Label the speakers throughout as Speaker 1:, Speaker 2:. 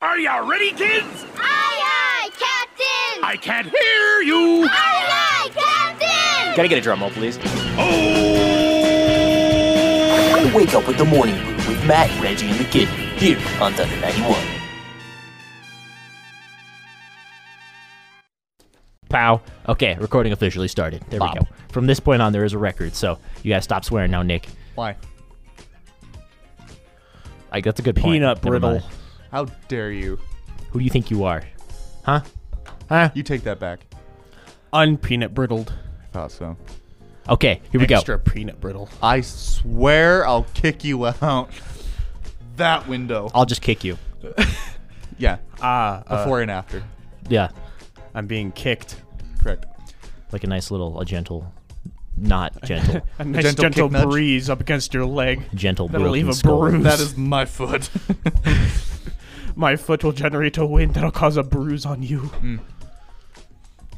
Speaker 1: Are ya ready, kids?
Speaker 2: Aye, aye, Captain!
Speaker 1: I can't hear you!
Speaker 2: Aye, aye, Captain!
Speaker 3: Gotta get a drum roll, please.
Speaker 1: Oh!
Speaker 4: Wake up with the morning brew with Matt, Reggie, and the kid here on Thunder 91.
Speaker 3: Pow. Okay, recording officially started. There we go. From this point on, there is a record, so you gotta stop swearing now, Nick.
Speaker 5: Why?
Speaker 3: Like that's a good point.
Speaker 5: Peanut
Speaker 3: Never
Speaker 5: brittle.
Speaker 3: mind.
Speaker 5: How dare you?
Speaker 3: Who do you think you are? Huh? Huh?
Speaker 5: You take that back.
Speaker 6: unpeanut brittled.
Speaker 5: I thought so.
Speaker 3: Okay, here we go.
Speaker 6: Extra peanut brittle.
Speaker 5: I swear I'll kick you out that window.
Speaker 3: I'll just kick you.
Speaker 5: Yeah.
Speaker 6: Ah, uh,
Speaker 5: Before and after.
Speaker 3: Yeah,
Speaker 6: I'm being kicked.
Speaker 5: Correct.
Speaker 3: like a nice little, a gentle, not gentle,
Speaker 6: A nice
Speaker 5: gentle
Speaker 6: gentle,
Speaker 5: kick nudge.
Speaker 6: breeze up against your leg.
Speaker 3: gentle.
Speaker 6: That'll leave
Speaker 3: broken
Speaker 6: a
Speaker 3: skull.
Speaker 6: bruise.
Speaker 5: That is my foot.
Speaker 6: My foot will generate a wind that'll cause a bruise on you. All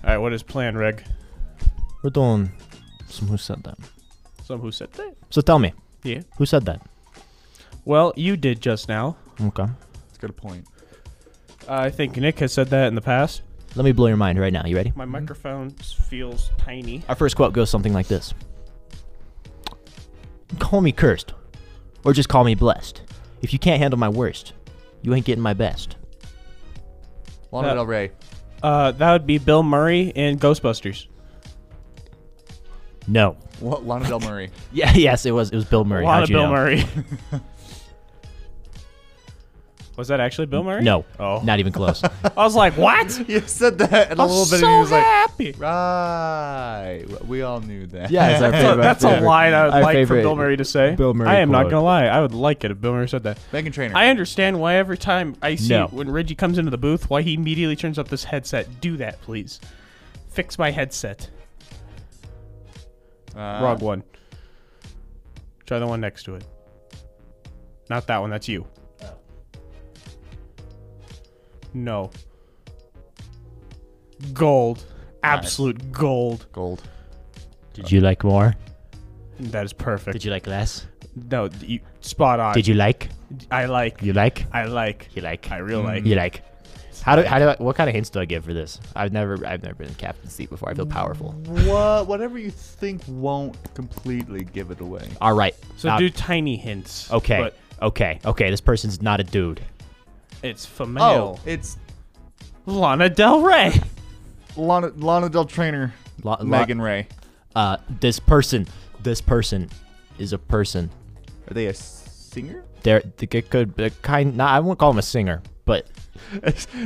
Speaker 6: right, what is plan, Reg?
Speaker 3: We're doing. Some, who said that?
Speaker 6: Some who said that.
Speaker 3: So tell me,
Speaker 6: Yeah.
Speaker 3: who said that?
Speaker 6: Well, you did just now.
Speaker 3: Okay.
Speaker 5: That's a good point.
Speaker 6: I think Nick has said that in the past. Mm-hmm.
Speaker 3: Let me blow your mind right now. You ready?
Speaker 6: My microphone feels tiny.
Speaker 3: Our first quote goes something like this Call me cursed, or just call me blessed. If you can't handle my worst, you ain't getting my best.
Speaker 5: Lana
Speaker 6: Yeah.
Speaker 5: Del Rey.
Speaker 6: Uh, that would be Bill Murray in Ghostbusters.
Speaker 3: No.
Speaker 5: What? Lana Del Murray.
Speaker 3: Yeah, yes, it was. It was Bill Murray.
Speaker 6: A lot
Speaker 3: How'd
Speaker 6: of
Speaker 3: you
Speaker 6: Bill
Speaker 3: know?
Speaker 6: Murray. was that actually Bill Murray?
Speaker 3: No.
Speaker 6: Oh.
Speaker 3: Not even close.
Speaker 6: I was like, what?
Speaker 5: you said that in a
Speaker 6: I'm
Speaker 5: little bit
Speaker 6: so
Speaker 5: and he was like,
Speaker 6: happy.
Speaker 5: right. We all knew that.
Speaker 3: yeah, it's our
Speaker 6: So
Speaker 3: favorite.
Speaker 6: that's a line I would
Speaker 3: our
Speaker 6: like for
Speaker 3: favorite
Speaker 6: Bill Murray to say.
Speaker 3: Bill Murray
Speaker 6: I am not
Speaker 3: quote.
Speaker 6: gonna lie. I would like it if Bill Murray said that.
Speaker 5: Megan Trainor.
Speaker 6: I understand why every time I see
Speaker 3: No.
Speaker 6: when Reggie comes into the booth, why he immediately turns up this headset. Do that, please. Fix my headset.
Speaker 5: Uh,
Speaker 6: Wrong one. Try the one next to it. Not that one. That's you. No. Gold. Absolute gold.
Speaker 5: Gold.
Speaker 3: Did you like more?
Speaker 6: That is perfect.
Speaker 3: Did you like less?
Speaker 6: No, you, spot on.
Speaker 3: Did you like?
Speaker 6: I like.
Speaker 3: You like?
Speaker 6: I like.
Speaker 3: You like? Mm.
Speaker 6: I real like.
Speaker 3: You like? How do how do I, what kind of hints do I give for this? I've never I've never been in captain's seat before. I feel powerful.
Speaker 5: What? Whatever you think won't completely give it away.
Speaker 3: All right.
Speaker 6: So
Speaker 3: Uh,
Speaker 6: do tiny hints.
Speaker 3: okay.
Speaker 6: But
Speaker 3: okay. Okay. This person's not a dude.
Speaker 6: it's
Speaker 5: Oh,
Speaker 6: female.
Speaker 5: it's
Speaker 6: Lana Del Rey.
Speaker 5: Lana, Lana Del Trainor.
Speaker 3: Lo- lo-
Speaker 5: Megan Ray.
Speaker 3: Uh, this person, this person, is a person.
Speaker 5: Are they a singer?
Speaker 3: There, it could the kind. Not, I won't call him a singer, but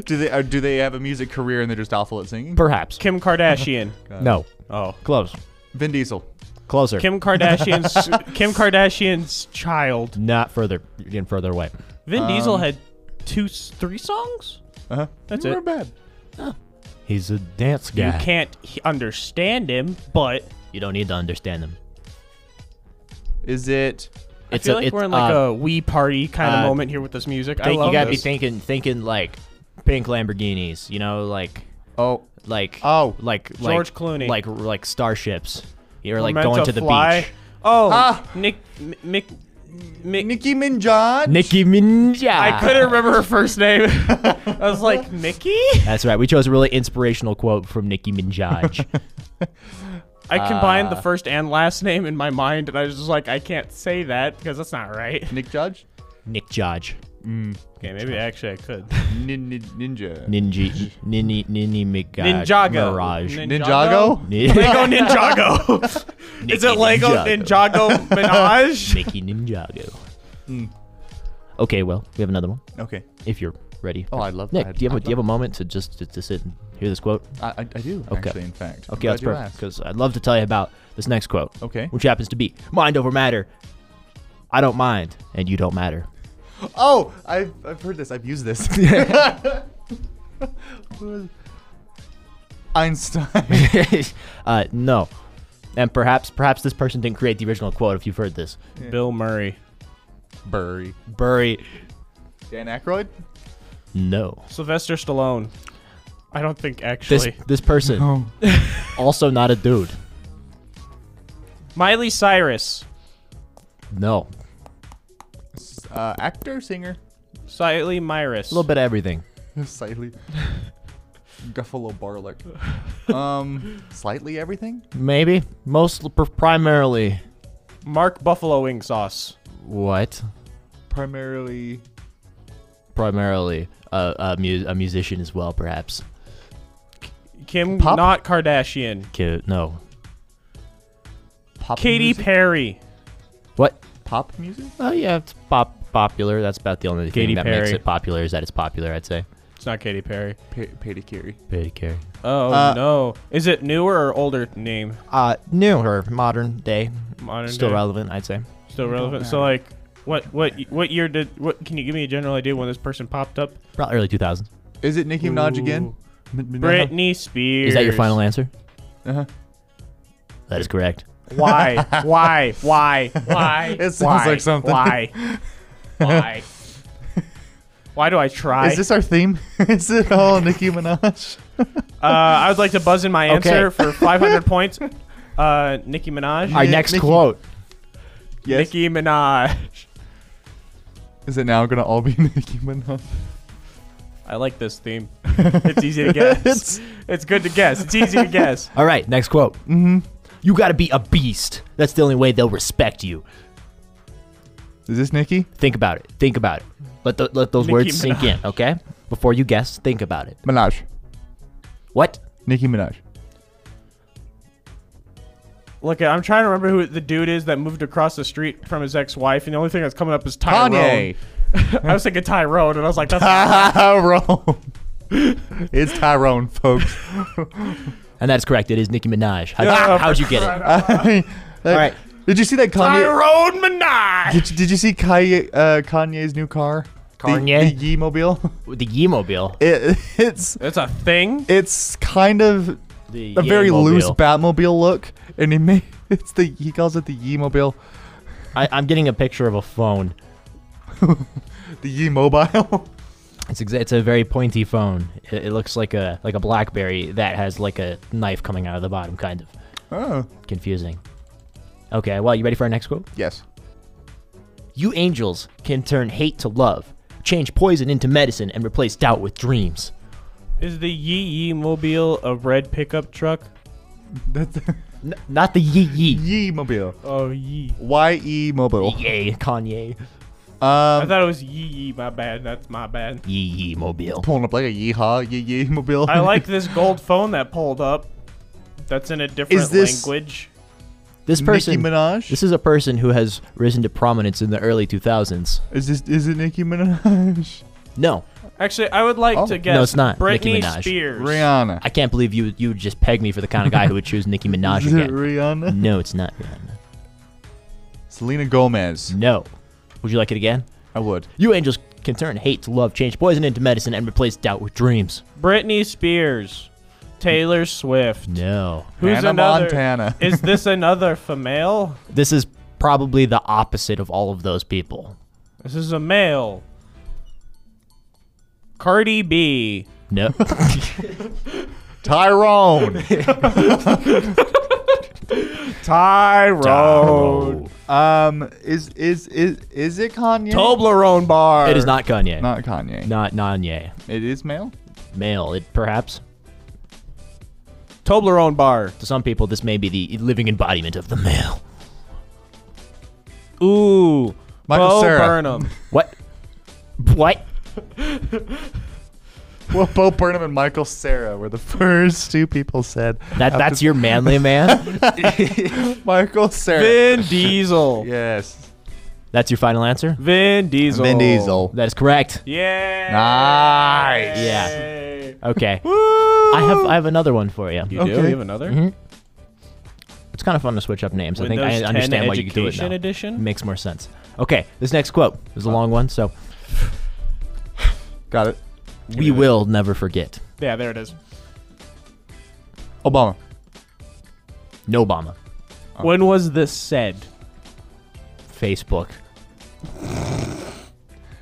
Speaker 5: do they or do they have a music career and they're just awful at singing?
Speaker 3: perhaps.
Speaker 6: Kim Kardashian.
Speaker 3: no,
Speaker 6: oh.
Speaker 3: close,
Speaker 5: Vin Diesel.
Speaker 3: closer.
Speaker 6: Kim Kardashian's Kim Kardashian's child.
Speaker 3: Not further, you're getting further away.
Speaker 6: Vin
Speaker 3: Um,
Speaker 6: Diesel had two, s- three songs.
Speaker 5: Uh huh.
Speaker 6: That's
Speaker 5: you
Speaker 6: it.
Speaker 5: weren't bad.
Speaker 3: He's a dance guy.
Speaker 6: You can't he- understand him, but
Speaker 3: You don't need to understand him.
Speaker 5: Is it?
Speaker 6: I feel like we're in like a wee party kind
Speaker 3: uh,
Speaker 6: of moment here with this music. I
Speaker 3: Think,
Speaker 6: love
Speaker 3: you gotta
Speaker 6: this.
Speaker 3: be thinking, thinking like pink Lamborghinis. You know, like,
Speaker 5: Oh,
Speaker 3: like,
Speaker 5: Oh,
Speaker 3: like
Speaker 6: George
Speaker 3: like,
Speaker 6: Clooney.
Speaker 3: like, like starships. You're like
Speaker 6: Meant
Speaker 3: going to the
Speaker 6: fly.
Speaker 3: beach.
Speaker 6: Oh,
Speaker 5: Ah.
Speaker 6: Nick, M- Mick, Mick.
Speaker 5: Nicki Minaj.
Speaker 3: Nicki Minaj.
Speaker 6: I couldn't remember her first name. I was like, Mickey?
Speaker 3: That's right. We chose a really inspirational quote from Nicki Minaj.
Speaker 6: I combined the first and last name in my mind, and I was just like, I can't say that because that's not right.
Speaker 5: Nick Judge.
Speaker 3: Nick Jodge.
Speaker 6: Okay, maybe actually I could.
Speaker 5: Nin, nin, ninja.
Speaker 3: Ninji. Nini. Nini Migaj.
Speaker 6: Ninjago.
Speaker 3: Mirage.
Speaker 6: Nin-
Speaker 5: Ninjago.
Speaker 3: Ni-
Speaker 6: Lego Ninjago. Is it Lego
Speaker 3: Ninjago.
Speaker 6: Ninjago Minaj?
Speaker 3: Mickey Ninjago.
Speaker 5: Hmm.
Speaker 3: Okay, well, we have another one.
Speaker 5: Okay.
Speaker 3: If you're ready.
Speaker 5: Oh, I love
Speaker 3: Nick,
Speaker 5: that.
Speaker 3: do you have a,
Speaker 5: I'd
Speaker 3: do you have a moment to just to, to sit and hear this quote?
Speaker 5: I, I, I do actually. In fact. I'm
Speaker 3: Okay,
Speaker 5: glad
Speaker 3: that's
Speaker 5: you
Speaker 3: perfect
Speaker 5: asked.
Speaker 3: because I'd love to tell you about this next quote.
Speaker 5: Okay.
Speaker 3: Which happens to be mind over matter. I don't mind, and you don't matter.
Speaker 5: Oh, I've I've heard this. I've used this. Who is- Einstein.
Speaker 3: uh, no. And perhaps perhaps this person didn't create the original quote if you've heard this.
Speaker 6: Bill Murray.
Speaker 5: Burry.
Speaker 3: Bury
Speaker 5: Dan Aykroyd.
Speaker 3: no.
Speaker 6: Sylvester Stallone. I don't think
Speaker 3: This
Speaker 6: actually.
Speaker 3: this person also not a dude.
Speaker 6: Miley Cyrus.
Speaker 3: No.
Speaker 5: Uh, actor, singer.
Speaker 6: Slightly Myris.
Speaker 3: A little bit of everything.
Speaker 5: Slightly. Guffalo Barlick. Um, slightly everything?
Speaker 3: Maybe. Most pr- primarily.
Speaker 6: Mark Buffalo Wing Sauce.
Speaker 3: What?
Speaker 5: Primarily.
Speaker 3: Primarily uh, a, mu- a musician as well, perhaps.
Speaker 6: Kim,
Speaker 5: Pop?
Speaker 6: not Kardashian.
Speaker 3: Ki- no.
Speaker 5: Pop
Speaker 6: Katy
Speaker 5: music?
Speaker 6: Perry.
Speaker 3: What?
Speaker 5: Pop music?
Speaker 3: Oh yeah, it's pop popular. That's about the only
Speaker 6: Katy
Speaker 3: thing that makes
Speaker 6: Perry.
Speaker 3: it popular is that it's popular. I'd say.
Speaker 6: It's not Katy Perry.
Speaker 5: Pa- Patty Carey.
Speaker 3: Pretty carry.
Speaker 6: Oh
Speaker 5: Uh,
Speaker 6: no! Is it newer or older name?
Speaker 3: Uh, new or modern day,
Speaker 6: Modern
Speaker 3: still
Speaker 6: day?
Speaker 3: relevant. I'd say.
Speaker 6: Still relevant. So like, what what what year did what? Can you give me a general idea when this person popped up?
Speaker 5: Uh-huh.
Speaker 3: Probably early 2000s.
Speaker 5: Is it Nicki Minaj again?
Speaker 6: Ooh.
Speaker 5: M- m-
Speaker 6: Britney Spears.
Speaker 3: Is that your final answer?
Speaker 5: Uh-huh.
Speaker 3: That is correct.
Speaker 6: Why? Why? Why? Why?
Speaker 5: It sounds
Speaker 6: Why?
Speaker 5: like something.
Speaker 6: Why? Why? Why do I try?
Speaker 5: Is this our theme? Is it all Nicki Minaj?
Speaker 6: uh, I would like to buzz in my
Speaker 3: Okay.
Speaker 6: answer for 500 points. Uh, Nicki Minaj.
Speaker 3: Our
Speaker 5: Yeah,
Speaker 3: next
Speaker 5: Nicki-
Speaker 3: quote.
Speaker 5: Yes.
Speaker 6: Nicki Minaj.
Speaker 5: Is it now gonna all be Nicki Minaj?
Speaker 6: I like this theme. It's easy to guess. it's, good to guess. It's easy to guess.
Speaker 3: All right, next quote. Mm-hmm. You gotta be a beast. That's the only way they'll respect you.
Speaker 5: Is this Nicki?
Speaker 3: Think about it. Think about it. Let the, let those
Speaker 6: Nicki
Speaker 3: words sink in. Okay. Before you guess, think about it.
Speaker 5: Minaj.
Speaker 3: What?
Speaker 5: Nicki Minaj.
Speaker 6: Look, I'm trying to remember who the dude is that moved across the street from his ex-wife, and the only thing that's coming up is Tyrone. I was thinking Tyrone, and I was like, that's
Speaker 5: Tyrone. it's Tyrone, folks.
Speaker 3: And that's correct. It is Nicki Minaj. How,
Speaker 6: Yeah,
Speaker 3: how'd you get it?
Speaker 5: All
Speaker 3: right.
Speaker 5: Did you see that Kanye?
Speaker 6: Tyrone Minaj.
Speaker 5: Did you, did you see Kanye, uh, Kanye's new car? The-
Speaker 3: Kanye?
Speaker 5: the Yee Mobile.
Speaker 3: The Yee Mobile.
Speaker 5: It, it's
Speaker 6: That's a thing.
Speaker 5: it's kind of
Speaker 3: The
Speaker 5: a very
Speaker 3: Yee-mobile.
Speaker 5: loose Batmobile look, and he made it's the he calls it the Yee Mobile,
Speaker 3: I, I'm getting a picture of a phone.
Speaker 5: the Yee Mobile.
Speaker 3: It's exa- it's a very pointy phone. It, it looks like a like a BlackBerry that has like a knife coming out of the bottom, kind of
Speaker 5: oh
Speaker 3: confusing. Okay, well, you ready for our next quote?
Speaker 5: yes.
Speaker 3: You angels can turn hate to love, change poison into medicine, and replace doubt with dreams.
Speaker 6: Is the Yee Yee Mobile a red pickup truck?
Speaker 5: That's
Speaker 3: N- not the yee yee.
Speaker 5: Yee Mobile.
Speaker 6: Oh, Yee.
Speaker 5: Y E Mobile.
Speaker 3: Yay, Kanye.
Speaker 6: I
Speaker 5: Um,
Speaker 6: thought it was Yee Yee. My bad. That's my bad.
Speaker 3: Yee yee mobile.
Speaker 5: pulling up like a yeehaw, Yee Yee Mobile.
Speaker 6: I like this gold phone that pulled up. That's in a different
Speaker 5: Is this-
Speaker 6: language.
Speaker 3: This
Speaker 5: Nicki
Speaker 3: person.
Speaker 5: Minaj.
Speaker 3: This is a person who has risen to prominence in the early 2000s.
Speaker 5: Is this is it Nicki Minaj?
Speaker 3: No,
Speaker 6: Actually, I would like
Speaker 5: Oh.
Speaker 6: to guess.
Speaker 3: No, it's not. Nicki
Speaker 6: Britney
Speaker 3: Minaj.
Speaker 6: Spears.
Speaker 5: Rihanna.
Speaker 3: I can't believe you you would just peg me for the kind of guy who would choose Nicki Minaj
Speaker 5: Is it
Speaker 3: again.
Speaker 5: Rihanna?
Speaker 3: No, it's not. Rihanna.
Speaker 5: Selena Gomez.
Speaker 3: No. Would you like it again?
Speaker 5: I would.
Speaker 3: You angels can turn hate to love, change poison into medicine, and replace doubt with dreams.
Speaker 6: Britney Spears. Taylor Swift.
Speaker 3: No.
Speaker 6: Who's
Speaker 5: Hannah
Speaker 6: another?
Speaker 5: Montana.
Speaker 6: is this another female?
Speaker 3: This is probably the opposite of all of those people.
Speaker 6: This is a male. Cardi B.
Speaker 3: No.
Speaker 5: Tyrone.
Speaker 6: Tyrone.
Speaker 5: um, is is is is it Kanye?
Speaker 6: Toblerone bar.
Speaker 3: it is not Kanye.
Speaker 5: Not Kanye.
Speaker 3: Not Kanye.
Speaker 5: It is male.
Speaker 3: Male, it perhaps.
Speaker 6: Toblerone bar.
Speaker 3: To some people, this may be the living embodiment of the male.
Speaker 6: Ooh.
Speaker 5: Michael
Speaker 6: Bo
Speaker 5: Cera.
Speaker 6: Burnham.
Speaker 3: What? What?
Speaker 5: Well, Bo Burnham and Michael Sarah were the first two people said.
Speaker 3: That that's your manly man.
Speaker 5: Michael Sarah.
Speaker 6: Vin Diesel.
Speaker 5: Yes.
Speaker 3: that's your final answer.
Speaker 6: Vin Diesel.
Speaker 3: That is correct.
Speaker 6: Yeah.
Speaker 5: Nice.
Speaker 3: Yeah. Okay. I have I have another one for you.
Speaker 6: You do?
Speaker 5: Okay.
Speaker 6: You have another?
Speaker 3: It's kind of fun to switch up names. I think
Speaker 6: Windows
Speaker 3: I
Speaker 6: 10
Speaker 3: understand why you do it
Speaker 6: Education
Speaker 3: now.
Speaker 6: Edition?
Speaker 3: Makes more sense. Okay, this next quote is a long one, so
Speaker 5: Got it.
Speaker 3: we will never forget.
Speaker 6: Yeah, there it is.
Speaker 5: Obama.
Speaker 3: No Obama.
Speaker 6: When was this said?
Speaker 3: Facebook.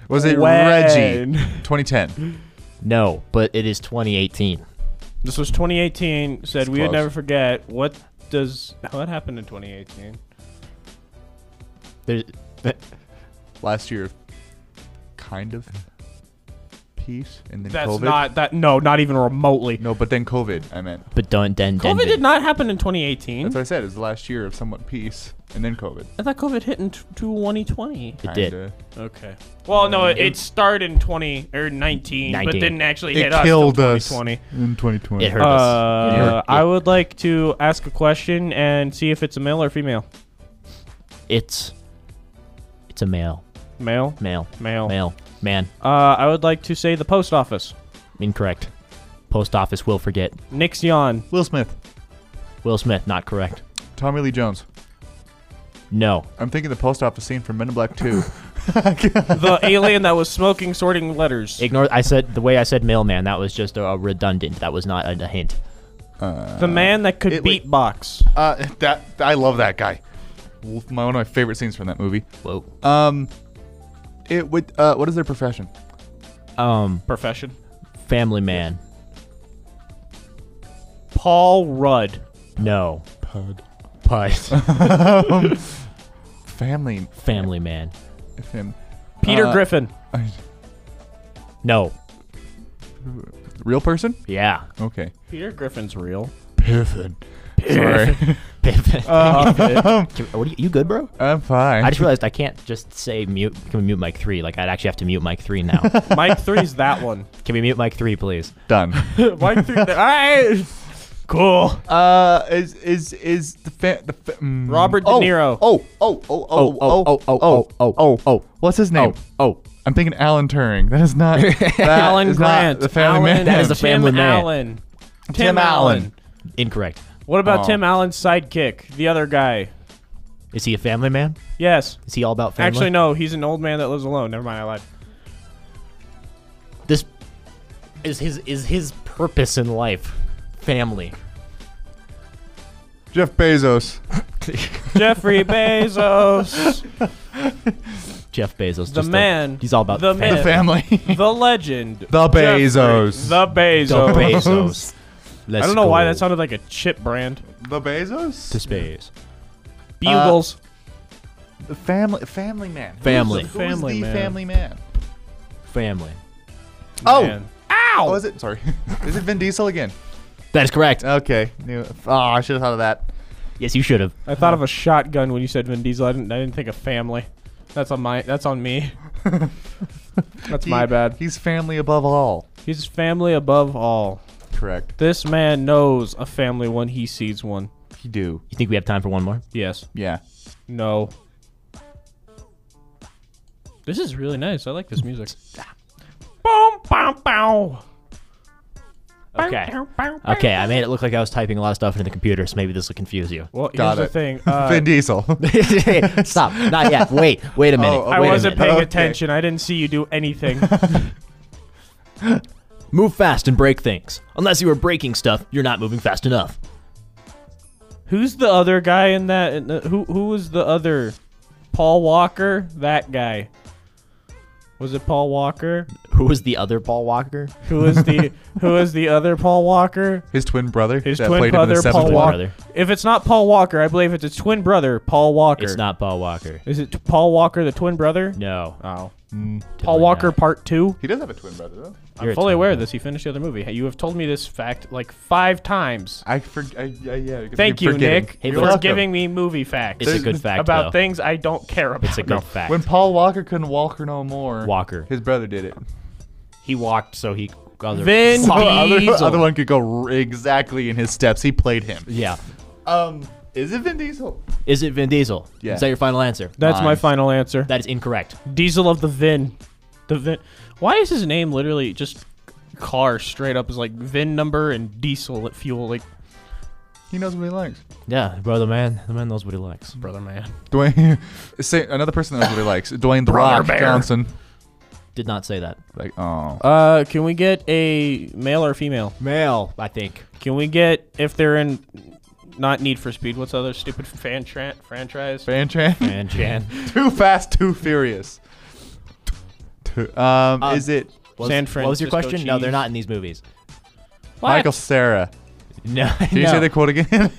Speaker 5: Was it
Speaker 6: When?
Speaker 5: Reggie? 2010.
Speaker 3: No, but it is 2018.
Speaker 6: This was 2018. Said we would
Speaker 5: close.
Speaker 6: never forget. What does what happened in 2018?
Speaker 3: There's,
Speaker 5: Last year. Kind of. peace, and then
Speaker 6: That's
Speaker 5: COVID.
Speaker 6: not that. No, not even remotely.
Speaker 5: no, but then COVID. I meant
Speaker 3: But don't then. then-
Speaker 6: COVID did not happen in 2018.
Speaker 5: that's what I said. It was the last year of somewhat peace, and then COVID.
Speaker 6: I thought COVID hit in t- 2020.
Speaker 3: It did.
Speaker 5: Kinda.
Speaker 6: Okay. Well, no, it, it started in 20 or 19, but
Speaker 3: 19.
Speaker 6: didn't actually hit
Speaker 5: It
Speaker 6: us.
Speaker 5: killed
Speaker 6: till
Speaker 5: us
Speaker 6: 2020.
Speaker 5: in 2020.
Speaker 3: It hurt us. It hurt-
Speaker 6: Uh,
Speaker 3: it-
Speaker 6: I would like to ask a question and see if it's a male or female.
Speaker 3: It's. It's a male.
Speaker 6: Male.
Speaker 3: Male.
Speaker 6: Male.
Speaker 3: Male. Man.
Speaker 6: Uh, I would like to say the post office.
Speaker 3: Incorrect. Post office will forget.
Speaker 6: Nixion.
Speaker 5: Will Smith,
Speaker 3: Will Smith, not correct.
Speaker 5: Tommy Lee Jones.
Speaker 3: No.
Speaker 5: I'm thinking the post office scene from Men in Black 2.
Speaker 6: the alien that was smoking sorting letters.
Speaker 3: Ignore. I said the way I said mailman. That was just a, a redundant. That was not a, a hint.
Speaker 6: the man that could
Speaker 5: it would-
Speaker 6: beatbox.
Speaker 5: uh, that I love that guy. Wolf- My, one of my favorite scenes from that movie.
Speaker 3: Whoa.
Speaker 5: Um, it would. Uh, what is their profession?
Speaker 3: Um.
Speaker 6: Profession.
Speaker 3: Family man.
Speaker 6: Paul Rudd.
Speaker 3: No.
Speaker 5: Pud.
Speaker 3: But
Speaker 5: Family.
Speaker 3: family man.
Speaker 5: If him.
Speaker 6: Peter
Speaker 5: Uh,
Speaker 6: Griffin.
Speaker 3: No.
Speaker 5: Real person?
Speaker 3: Yeah.
Speaker 5: Okay.
Speaker 6: Peter Griffin's real.
Speaker 5: Piffin. Sorry.
Speaker 6: Uh.
Speaker 3: Can- what are you, you good, bro?
Speaker 5: I'm fine.
Speaker 3: I just realized I can't just say mute. Can we mute mic three? Like I'd actually have to mute mic three now.
Speaker 6: Mike Three's that one.
Speaker 3: can we mute mic three, please?
Speaker 5: done.
Speaker 6: Mike Three. All right. Cool.
Speaker 5: uh, is is is the fa- the fa- mm.
Speaker 6: Robert De
Speaker 5: oh,
Speaker 6: Niro.
Speaker 5: Oh oh oh oh oh oh oh oh oh oh oh. What's his name?
Speaker 3: Oh,
Speaker 5: I'm thinking Alan Turing. That is not that
Speaker 6: Alan
Speaker 5: is not
Speaker 6: Grant.
Speaker 5: The family
Speaker 6: Alan,
Speaker 5: man.
Speaker 3: That is the family
Speaker 6: Tim
Speaker 3: man.
Speaker 6: Allen. Tim,
Speaker 5: Tim
Speaker 6: Allen.
Speaker 5: Allen.
Speaker 3: incorrect.
Speaker 6: What about
Speaker 5: Oh.
Speaker 6: Tim Allen's sidekick, the other guy?
Speaker 3: Is he a family man?
Speaker 6: Yes.
Speaker 3: Is he all about family?
Speaker 6: Actually, no. He's an old man that lives alone. Never mind. I lied.
Speaker 3: This is his is his purpose in life. Family.
Speaker 5: Jeff Bezos.
Speaker 6: Jeffrey Bezos,
Speaker 3: Jeff Bezos.
Speaker 6: the
Speaker 3: just a-
Speaker 6: man.
Speaker 3: he's all about
Speaker 6: the
Speaker 3: family.
Speaker 5: The family.
Speaker 6: the legend.
Speaker 5: The
Speaker 6: Jeffrey-
Speaker 5: Bezos.
Speaker 6: The Bezos.
Speaker 3: The Bezos. Let's
Speaker 6: I don't know why that
Speaker 3: on
Speaker 6: sounded like a chip brand.
Speaker 5: the Bezos.
Speaker 3: to space.
Speaker 6: Bugles.
Speaker 5: the family. Family man. Who's
Speaker 3: Family.
Speaker 5: the- Who's
Speaker 6: Family
Speaker 5: the
Speaker 6: man.
Speaker 5: family man?
Speaker 3: Family.
Speaker 5: Oh.
Speaker 6: Man.
Speaker 5: Oh, is it? Sorry. is it Vin Diesel again?
Speaker 3: That is correct.
Speaker 5: Okay. Knew. Oh, I should have thought of that.
Speaker 3: yes, you should have.
Speaker 6: I thought of a shotgun when you said Vin Diesel. I didn't. I didn't think of family. That's on my. That's on me. that's
Speaker 5: He-
Speaker 6: my bad.
Speaker 5: He's family above all.
Speaker 6: He's family above all.
Speaker 5: Correct.
Speaker 6: This man knows a family when he sees one.
Speaker 5: He do.
Speaker 3: You think we have time for one more?
Speaker 6: Yes.
Speaker 5: Yeah.
Speaker 6: No. This is really nice. I like this music. Boom, bow, bow.
Speaker 3: Okay. Okay, I made it look like I was typing a lot of stuff into the computer, so maybe this will confuse you.
Speaker 6: Well,
Speaker 5: Got
Speaker 6: here's
Speaker 5: it.
Speaker 6: the thing. Uh,
Speaker 5: Vin Diesel.
Speaker 3: Stop. Not yet. Wait. Wait a minute.
Speaker 5: Oh,
Speaker 6: I
Speaker 3: Wait a
Speaker 6: wasn't
Speaker 3: minute.
Speaker 6: paying
Speaker 5: Okay.
Speaker 6: attention. I didn't see you do anything.
Speaker 3: Move fast and break things. Unless you are breaking stuff, you're not moving fast enough.
Speaker 6: Who's the other guy in that? In the, who who was the other? Paul Walker. That guy. Was it Paul Walker?
Speaker 3: Who was the other Paul Walker?
Speaker 6: Who was the who was the other Paul Walker?
Speaker 5: His twin brother.
Speaker 6: His
Speaker 5: that
Speaker 6: twin
Speaker 5: played him in the
Speaker 6: brother
Speaker 5: seventh
Speaker 6: Paul
Speaker 5: one.
Speaker 6: Walker.
Speaker 3: brother.
Speaker 6: If it's not Paul Walker, I believe it's his twin brother Paul Walker.
Speaker 3: It's not Paul Walker.
Speaker 6: Is it t- Paul Walker, the twin brother?
Speaker 3: No.
Speaker 6: Oh. Paul Walker Part 2?
Speaker 5: He does have a twin brother though.
Speaker 3: You're
Speaker 6: I'm
Speaker 3: a
Speaker 6: fully
Speaker 3: twin
Speaker 6: aware of
Speaker 3: brother.
Speaker 6: this. He finished the other movie. Hey, You have told me this fact like five times.
Speaker 5: I forget. I, yeah, yeah. because
Speaker 6: Thank
Speaker 5: you're
Speaker 6: you,
Speaker 5: forgetting.
Speaker 6: Nick,
Speaker 3: Hey,
Speaker 6: for
Speaker 3: but it's-
Speaker 6: giving me movie facts.
Speaker 3: It's a good fact
Speaker 6: about
Speaker 3: though.
Speaker 6: things I don't care about.
Speaker 3: It's a good fact.
Speaker 5: When Paul Walker couldn't walk her no more,
Speaker 3: Walker.
Speaker 5: his brother did it.
Speaker 3: he walked, so he. Other,
Speaker 6: Vin
Speaker 3: Fuck.
Speaker 5: The
Speaker 6: Diesel.
Speaker 5: other, other one could go r- exactly in his steps. He played him.
Speaker 3: Yeah.
Speaker 5: Um, is it Vin Diesel?
Speaker 3: Is it Vin Diesel?
Speaker 5: Yeah.
Speaker 3: Is that your final answer?
Speaker 6: That's my
Speaker 5: Nice.
Speaker 6: final answer.
Speaker 3: That is incorrect.
Speaker 6: Diesel of the Vin. The Vin. Why is his name literally just car straight up is like VIN number and diesel at fuel like
Speaker 5: He knows what he likes.
Speaker 3: Yeah, bro, the man, the man knows what he likes.
Speaker 6: brother oh, man.
Speaker 5: Dwayne, say another person that knows what he likes. Dwayne the Rock Johnson.
Speaker 3: Did not say that.
Speaker 5: Like, oh,
Speaker 6: Uh can we get a male or female?
Speaker 3: Male, I think.
Speaker 6: Can we get if they're in not Need for Speed? What's the other stupid fan tran franchise?
Speaker 5: Fan Chan.
Speaker 3: And Chan.
Speaker 5: too fast, too furious. Too, um,
Speaker 3: Uh,
Speaker 5: is it
Speaker 3: What was-
Speaker 6: San
Speaker 3: What was your
Speaker 6: Francisco
Speaker 3: question? No, they're
Speaker 6: cheese.
Speaker 3: not in these movies.
Speaker 5: Michael Sarah?
Speaker 3: No.
Speaker 5: Did you
Speaker 3: no.
Speaker 5: say the quote again?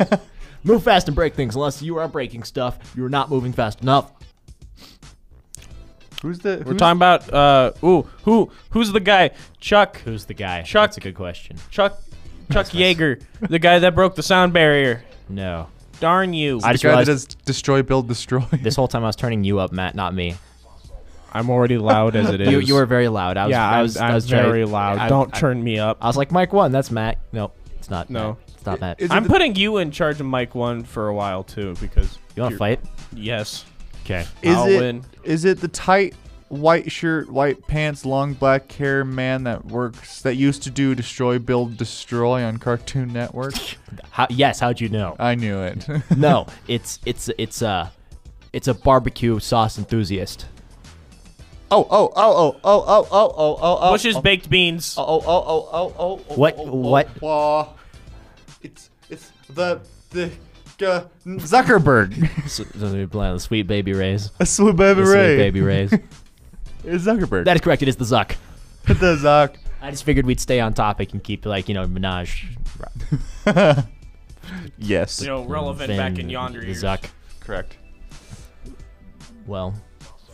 Speaker 3: Move fast and break things. Unless you are breaking stuff, you're not moving fast enough.
Speaker 5: Who's the?
Speaker 6: We're talking about uh ooh who who's the guy Chuck
Speaker 3: Who's the guy?
Speaker 6: Chuck.
Speaker 3: That's a good question.
Speaker 6: Chuck Chuck Yeager the guy that broke the sound barrier.
Speaker 3: No.
Speaker 6: Darn you!
Speaker 3: I
Speaker 5: the
Speaker 3: just
Speaker 5: guy that
Speaker 3: realized
Speaker 5: does destroy, build, destroy.
Speaker 3: this whole time I was turning you up, Matt, not me.
Speaker 6: I'm already loud as it is.
Speaker 3: You, you were very loud. I was,
Speaker 6: yeah,
Speaker 3: I was,
Speaker 6: I'm,
Speaker 3: I was
Speaker 6: I'm
Speaker 3: trying-
Speaker 6: very loud.
Speaker 3: I-
Speaker 6: Don't
Speaker 3: I-
Speaker 6: turn me up.
Speaker 3: I was like, Mike one, that's Matt. Nope, it's not.
Speaker 6: No.
Speaker 3: Matt. it's not Matt.
Speaker 5: Is it
Speaker 6: I'm
Speaker 5: the-
Speaker 6: putting you in charge of Mike One for a while too because
Speaker 3: you want to
Speaker 6: you're-
Speaker 3: fight?
Speaker 6: Yes.
Speaker 3: Okay.
Speaker 5: Is
Speaker 6: I'll
Speaker 5: it?
Speaker 6: win.
Speaker 5: Is it the tight white shirt, white pants, long black hair man that works that used to do destroy, build, destroy on Cartoon Network?
Speaker 3: How, yes. How'd you know?
Speaker 5: I knew it. Oh,
Speaker 3: no, it's it's it's a it's a barbecue sauce enthusiast.
Speaker 5: oh, oh, oh, oh, oh, oh, oh, oh, oh, oh.
Speaker 6: Bush's baked beans.
Speaker 5: Oh, oh, oh, oh, oh, oh.
Speaker 3: What-
Speaker 5: oh, oh,
Speaker 3: what?
Speaker 5: Oh, it's it's the the uh, Zuckerberg.
Speaker 3: So, so they're playing the sweet baby rays.
Speaker 5: A sweet baby
Speaker 3: The
Speaker 5: Ray.
Speaker 3: Sweet baby rays.
Speaker 5: It's Zuckerberg.
Speaker 3: that is correct. It is the Zuck.
Speaker 5: the Zuck.
Speaker 3: I just figured we'd stay on topic and keep like you know Minaj.
Speaker 5: Yes.
Speaker 6: you know, relevant
Speaker 3: Finn,
Speaker 6: back in yonder
Speaker 3: The
Speaker 6: years.
Speaker 3: Zuck.
Speaker 5: Correct.
Speaker 3: Well.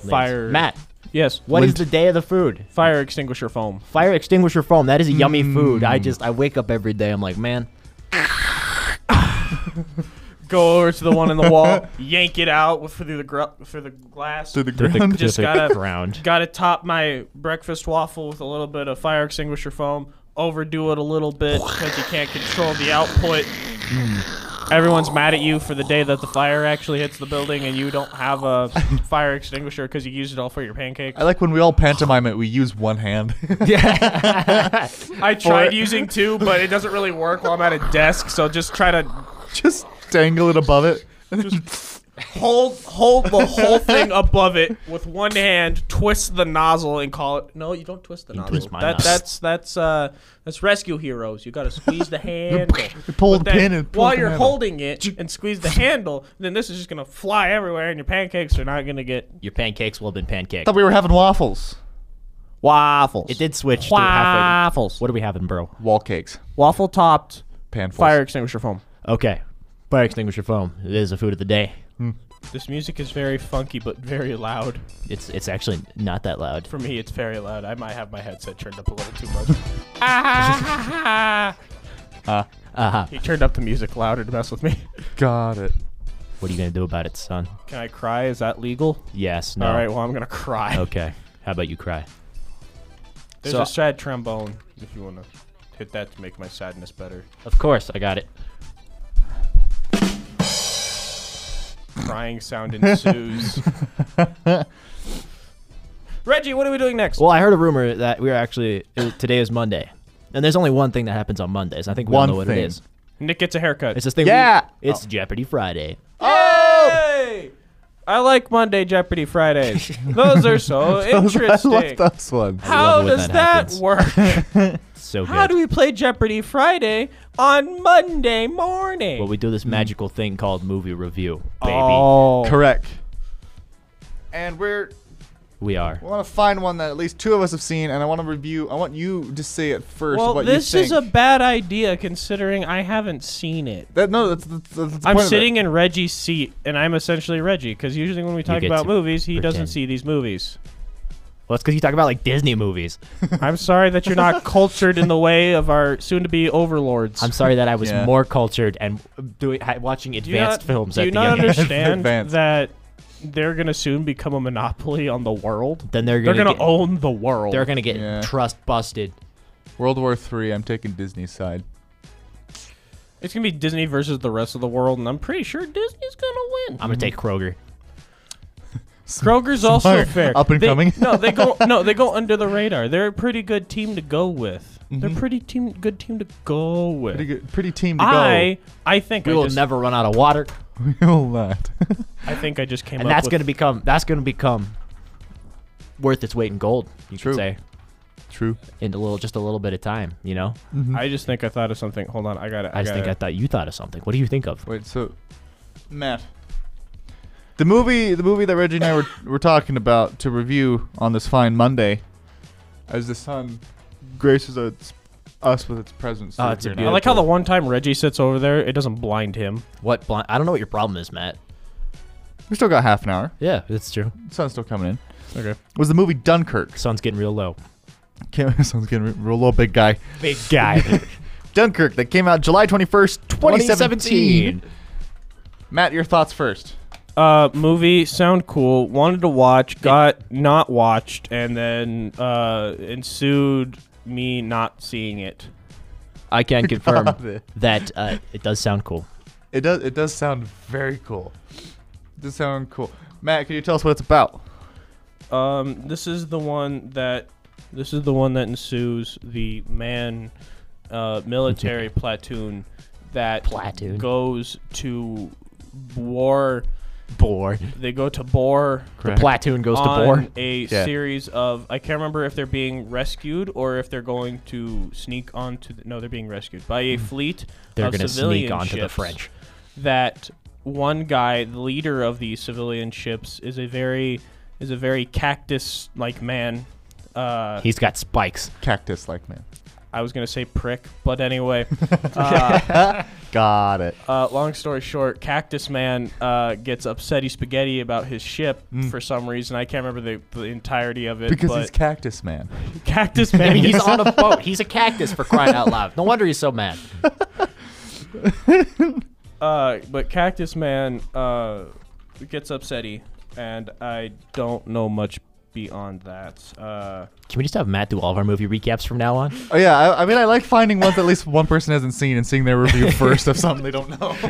Speaker 6: Fire.
Speaker 3: Matt,
Speaker 6: Yes.
Speaker 3: What is
Speaker 5: Lint.
Speaker 3: the day of the food?
Speaker 6: Fire extinguisher foam.
Speaker 3: Fire extinguisher foam. That is a yummy
Speaker 6: Mm.
Speaker 3: food. I just I wake up every day. I'm like, man,
Speaker 6: Go over to the one in the wall. yank it out with- through the gr- through the glass.
Speaker 5: To the ground.
Speaker 6: Just
Speaker 3: to the
Speaker 6: gotta-
Speaker 3: ground.
Speaker 6: Got to top my breakfast waffle with a little bit of fire extinguisher foam. Overdo it a little bit because you can't control the output. Everyone's mad at you for the day that the fire actually hits the building and you don't have a fire extinguisher because you used it all for your pancakes.
Speaker 5: I like when we all pantomime it. We use one hand.
Speaker 6: I tried using two, but it doesn't really work while I'm at a desk. So just try to
Speaker 5: just dangle it above it. And then
Speaker 6: hold hold the whole thing above it with one hand, twist the nozzle, and call it. No, you don't twist the nozzle.
Speaker 3: twist my
Speaker 6: that,
Speaker 3: nozzle.
Speaker 6: That's that's uh that's rescue heroes. You gotta squeeze the handle.
Speaker 5: pull
Speaker 6: But
Speaker 5: the
Speaker 6: then
Speaker 5: pin and pull
Speaker 6: while
Speaker 5: the
Speaker 6: you're
Speaker 5: handle.
Speaker 6: holding it and squeeze the handle, then this is just gonna fly everywhere, and your pancakes are not gonna get
Speaker 3: Your pancakes will have been pancakes.
Speaker 5: thought we were having waffles.
Speaker 6: waffles.
Speaker 3: It did switch to halfway.
Speaker 6: waffles.
Speaker 3: What are we having, bro?
Speaker 5: Wall cakes.
Speaker 6: Waffle topped
Speaker 5: Pan
Speaker 6: fire extinguisher foam.
Speaker 3: Okay. Fire extinguisher foam. It is the food of the day.
Speaker 6: This music is very funky but very loud.
Speaker 3: It's it's actually not that loud.
Speaker 6: For me, it's very loud. I might have my headset turned up a little too much.
Speaker 3: Uh,
Speaker 6: ah,
Speaker 3: uh-huh.
Speaker 6: He turned up the music louder to mess with me.
Speaker 5: Got it.
Speaker 3: What are you gonna do about it, son?
Speaker 6: Can I cry? Is that legal?
Speaker 3: Yes. No.
Speaker 6: All right, well, I'm going to cry.
Speaker 3: Okay. How about you cry?
Speaker 6: There's
Speaker 3: So-
Speaker 6: a sad trombone if you want to hit that to make my sadness better.
Speaker 3: Of course, I got it.
Speaker 6: Crying sound ensues. Reggie, what are we doing next?
Speaker 3: Well, I heard a rumor that we are actually it was- today is Monday, and there's only one thing that happens on Mondays. I think we all
Speaker 5: One
Speaker 3: know what
Speaker 5: thing.
Speaker 3: it is.
Speaker 6: Nick gets a haircut.
Speaker 3: It's this thing. we-
Speaker 5: Yeah.
Speaker 3: it's Jeopardy Friday.
Speaker 6: Hey! I like Monday Jeopardy Fridays. Those are so interesting.
Speaker 5: I love those ones.
Speaker 6: How
Speaker 3: love when
Speaker 6: does
Speaker 3: that
Speaker 6: that,
Speaker 3: happens.
Speaker 6: work?
Speaker 3: So good.
Speaker 6: How do we play Jeopardy Friday on Monday morning?
Speaker 3: Well, we do this magical thing called movie review, baby.
Speaker 6: Hmm. Oh.
Speaker 5: Correct. And we're
Speaker 3: We are.
Speaker 5: I want to find one that at least two of us have seen, and I want to review. I want you to say it first.
Speaker 6: Well,
Speaker 5: what
Speaker 6: this
Speaker 5: you
Speaker 6: is
Speaker 5: think.
Speaker 6: a bad idea considering I haven't seen it.
Speaker 5: That, no, that's, that's, that's the
Speaker 6: I'm
Speaker 5: point of it.
Speaker 6: sitting in Reggie's seat, and I'm essentially Reggie because usually when we talk
Speaker 3: get
Speaker 6: about
Speaker 3: to
Speaker 6: movies, he doesn't
Speaker 3: pretend.
Speaker 6: see these movies.
Speaker 3: Well, it's because you talk about like Disney movies.
Speaker 6: I'm sorry that you're not cultured in the way of our soon-to-be overlords.
Speaker 3: I'm sorry that I was
Speaker 5: Yeah.
Speaker 3: more cultured and doing ha- watching
Speaker 6: Do you not-
Speaker 3: advanced films
Speaker 6: Do
Speaker 3: at
Speaker 6: you
Speaker 3: the
Speaker 6: not
Speaker 3: young age.
Speaker 6: understand
Speaker 5: Advanced.
Speaker 6: that they're gonna soon become a monopoly on the world?
Speaker 3: Then they're
Speaker 6: They're
Speaker 3: gonna
Speaker 6: gonna
Speaker 3: get,
Speaker 6: own the world.
Speaker 3: they're gonna get
Speaker 5: Yeah.
Speaker 3: trust busted.
Speaker 5: World War Three. I'm taking Disney's side.
Speaker 6: It's gonna be Disney versus the rest of the world, and I'm pretty sure Disney's gonna win.
Speaker 3: I'm gonna take Kroger.
Speaker 6: Kroger's also
Speaker 5: Smart.
Speaker 6: fair.
Speaker 5: Up and
Speaker 6: They-
Speaker 5: coming.
Speaker 6: no, they go no, they go under the radar. They're a pretty good team to go with. They're pretty team good team to go with.
Speaker 5: Mm-hmm. Pretty good, pretty team to
Speaker 6: I I think
Speaker 3: We
Speaker 6: I
Speaker 3: will
Speaker 6: just,
Speaker 3: never run out of water,
Speaker 5: go. We will not.
Speaker 6: I think I just came
Speaker 3: and
Speaker 6: up
Speaker 3: that's
Speaker 6: with
Speaker 3: gonna become that's gonna become worth its weight in gold. You
Speaker 5: True.
Speaker 3: could say
Speaker 5: True.
Speaker 3: in a little just a little bit of time. You know,
Speaker 6: I just think I thought of something. Hold on, I got it.
Speaker 3: I just think I thought you thought of something. What do you think of?
Speaker 5: Wait, so Matt, the movie, the movie that Reggie and I were, were talking about to review on this fine Monday, as the sun graces us, us with its presence.
Speaker 3: Oh,
Speaker 5: through
Speaker 3: it's a
Speaker 5: here
Speaker 6: I
Speaker 5: now.
Speaker 6: like how the one time Reggie sits over there, it doesn't blind him.
Speaker 3: What blind? I don't know what your problem is, Matt.
Speaker 5: we still got half an hour.
Speaker 3: Yeah, that's true.
Speaker 5: The sun's still coming in. Okay. Was the movie Dunkirk?
Speaker 3: Sun's getting real low.
Speaker 5: Came, sounds getting re- real little big guy.
Speaker 3: Big guy.
Speaker 5: Dunkirk that came out July 21st, 2017. Matt, your thoughts first.
Speaker 6: Uh, movie sound cool. Wanted to watch, got not watched, and then uh, ensued me not seeing it.
Speaker 3: I can confirm
Speaker 5: it.
Speaker 3: that uh, it does sound cool.
Speaker 5: Um, It does it does sound very cool. It does sound cool. Matt, can you tell us what it's about?
Speaker 6: Um, this is the one that this is the one that ensues the man uh, military platoon that
Speaker 3: Platoon.
Speaker 6: goes to war.
Speaker 3: Bore.
Speaker 6: They go to bore
Speaker 3: The platoon goes to
Speaker 6: on
Speaker 3: bore.
Speaker 6: a
Speaker 5: Yeah.
Speaker 6: series of I can't remember if they're being rescued or if they're going to sneak onto the, no they're being rescued by a fleet
Speaker 3: Hmm. They're
Speaker 6: of
Speaker 3: going to
Speaker 6: civilian
Speaker 3: sneak onto the
Speaker 6: ships
Speaker 3: French.
Speaker 6: that one guy the leader of these civilian ships is a very is a very cactus like man uh,
Speaker 3: He's got spikes.
Speaker 5: Cactus like man.
Speaker 6: I was gonna say prick but anyway
Speaker 5: Got it.
Speaker 6: Uh, long story short, Cactus Man uh, gets upsetty spaghetti about his ship for some reason. I can't remember the, the entirety of it.
Speaker 5: Hmm. Because
Speaker 6: but
Speaker 5: he's Cactus Man.
Speaker 6: Cactus
Speaker 3: I
Speaker 6: Man.
Speaker 3: mean, he's
Speaker 6: gets-
Speaker 3: on a boat. He's a cactus for crying out loud. No wonder he's so mad.
Speaker 6: uh, but Cactus Man uh, gets upsetty, and I don't know much beyond that. Uh,
Speaker 3: Can we just have Matt do all of our movie recaps from now on?
Speaker 5: Oh yeah, I, I mean I like finding ones at least one person hasn't seen and seeing their review first of something they don't know.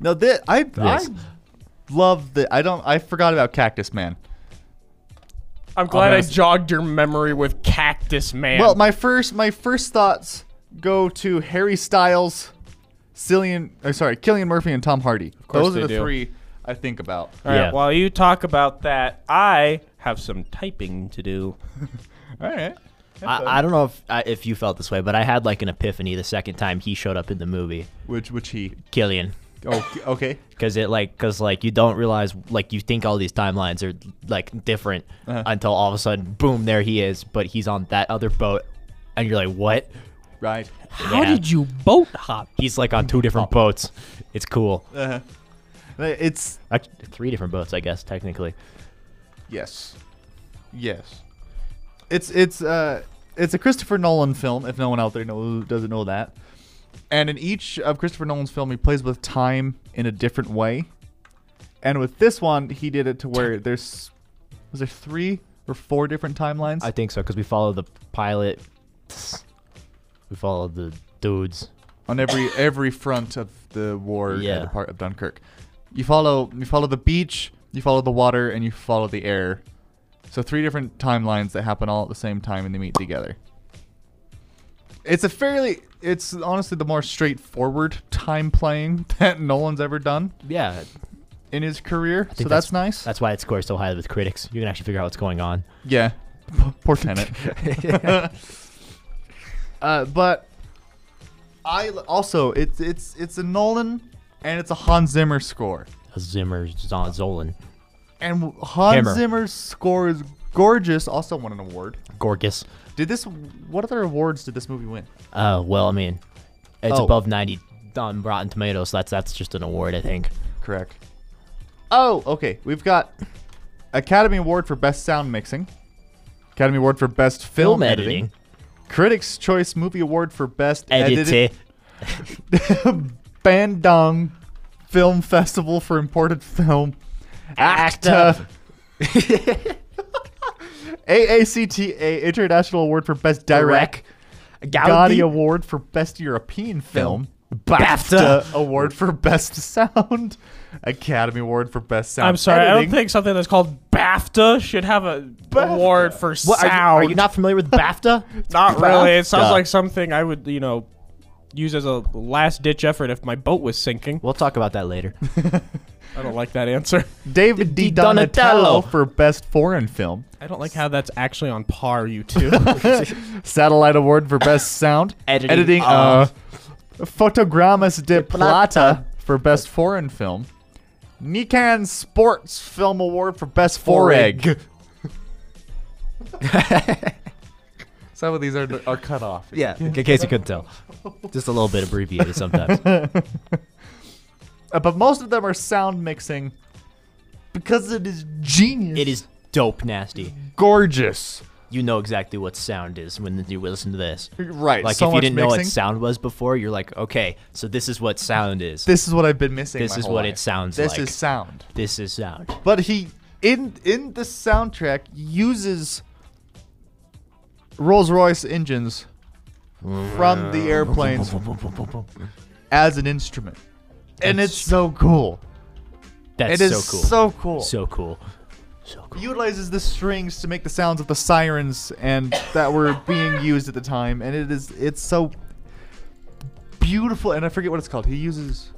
Speaker 5: no, this I
Speaker 3: Yes.
Speaker 5: I love the I don't I forgot about Cactus Man.
Speaker 6: I'm glad I
Speaker 5: honest-
Speaker 6: jogged your memory with Cactus Man.
Speaker 5: Well, my first my first thoughts go to Harry Styles, Cillian, oh, sorry, Killian Murphy and Tom Hardy.
Speaker 6: course
Speaker 5: Those
Speaker 6: they
Speaker 5: are the
Speaker 6: do.
Speaker 5: three I think about.
Speaker 6: All right,
Speaker 3: Yeah.
Speaker 6: while you talk about that, I have some typing to do.
Speaker 5: All right.
Speaker 3: I, I don't know if I, if you felt this way, but I had like an epiphany the second time he showed up in the movie,
Speaker 5: Which which he
Speaker 3: Killian,
Speaker 5: Oh, k- okay.
Speaker 3: because it like because like you don't realize like you think all these timelines are like different until all of a sudden, boom, there he is, but he's on that other boat, and you're like, what?
Speaker 5: Right.
Speaker 3: How did you boat hop? He's like on two different boats. It's cool.
Speaker 5: Uh, It's
Speaker 3: Act- three different boats, I guess technically.
Speaker 5: yes. Yes. It's it's uh it's a Christopher Nolan film if no one out there knows doesn't know that. And in each of Christopher Nolan's film he plays with time in a different way. And with this one he did it to where there's was there 3 or 4 different timelines?
Speaker 3: I think so because we follow the pilot. We follow the dudes.
Speaker 5: on every every front of the war
Speaker 3: Yeah.
Speaker 5: and the part of Dunkirk. You follow you follow the beach, you follow the water, and you follow the air. So three different timelines that happen all at the same time and they meet together. It's a fairly it's honestly the more straightforward time playing that Nolan's ever done
Speaker 3: Yeah,
Speaker 5: in his career. So
Speaker 3: think
Speaker 5: that's, nice.
Speaker 3: That's why it scores so highly with critics. You can actually figure out what's going on.
Speaker 5: Yeah. Poor tenant. uh, but I l- also it's it's it's a Nolan and it's a Hans Zimmer score.
Speaker 3: A Zimmer Zon- Zolan.
Speaker 5: And Hans
Speaker 3: Hammer.
Speaker 5: Zimmer's score is gorgeous. Also won an award.
Speaker 3: Gorgas.
Speaker 5: Did this? What other awards did this movie win?
Speaker 3: Uh, well, I mean, it's
Speaker 5: Oh.
Speaker 3: above 90 on Rotten Tomatoes. So that's that's just an award, I think.
Speaker 5: Correct. Oh, okay. We've got Academy Award for Best Sound Mixing, Academy Award for Best Film,
Speaker 3: Film editing.
Speaker 5: Critics' Choice Movie Award for Best
Speaker 3: Edit
Speaker 5: Edited
Speaker 3: it.
Speaker 5: Bandung Film Festival for Imported Film.
Speaker 3: Acta.
Speaker 5: AACTA International Award for Best Direct.
Speaker 3: Direct.
Speaker 5: Gaudi Award for Best European Film.
Speaker 3: BAFTA.
Speaker 5: BAFTA Award for Best Sound. Academy Award for Best Sound.
Speaker 6: I'm sorry, I
Speaker 5: Editing.
Speaker 6: don't think something that's called BAFTA should have a award for
Speaker 3: What, are, you, are
Speaker 6: sound.
Speaker 3: you not familiar with BAFTA?
Speaker 6: Not really. It sounds
Speaker 3: Duh.
Speaker 6: like something I would, you know, use as a last ditch effort if my boat was sinking.
Speaker 3: we'll talk about that later.
Speaker 6: I don't like that answer.
Speaker 5: David D.
Speaker 3: Di Donatello.
Speaker 5: Donatello for Best Foreign Film.
Speaker 6: I don't like how that's actually on par, you two.
Speaker 5: Satellite Award for Best Sound.
Speaker 3: Editing
Speaker 5: uh, Fotogramas de Plata for Best Foreign Film. Nikan Sports Film Award for Best Foreg. Some of these are, are cut off.
Speaker 3: yeah, in case you couldn't tell. Just a little bit abbreviated sometimes.
Speaker 5: Uh, but most of them are sound mixing because it is genius.
Speaker 3: It is dope nasty.
Speaker 5: gorgeous.
Speaker 3: You know exactly what sound is when you listen to this.
Speaker 5: Right.
Speaker 3: Like
Speaker 5: so
Speaker 3: if you
Speaker 5: much
Speaker 3: didn't know
Speaker 5: mixing.
Speaker 3: what sound was before, you're like, okay, so this is what sound is. This,
Speaker 5: This is what I've been missing. my
Speaker 3: is
Speaker 5: whole
Speaker 3: what
Speaker 5: life.
Speaker 3: it sounds
Speaker 5: This
Speaker 3: like.
Speaker 5: is sound.
Speaker 3: is sound.
Speaker 5: But he in in the soundtrack uses Rolls Royce engines from
Speaker 3: Uh,
Speaker 5: the airplanes as an instrument. And
Speaker 3: That's-
Speaker 5: it's so cool.
Speaker 3: That's
Speaker 5: It is
Speaker 3: so cool.
Speaker 5: so cool.
Speaker 3: So cool.
Speaker 5: utilizes the strings to make the sounds of the sirens and that were being used at the time and it is it's so beautiful and I forget what it's called. He uses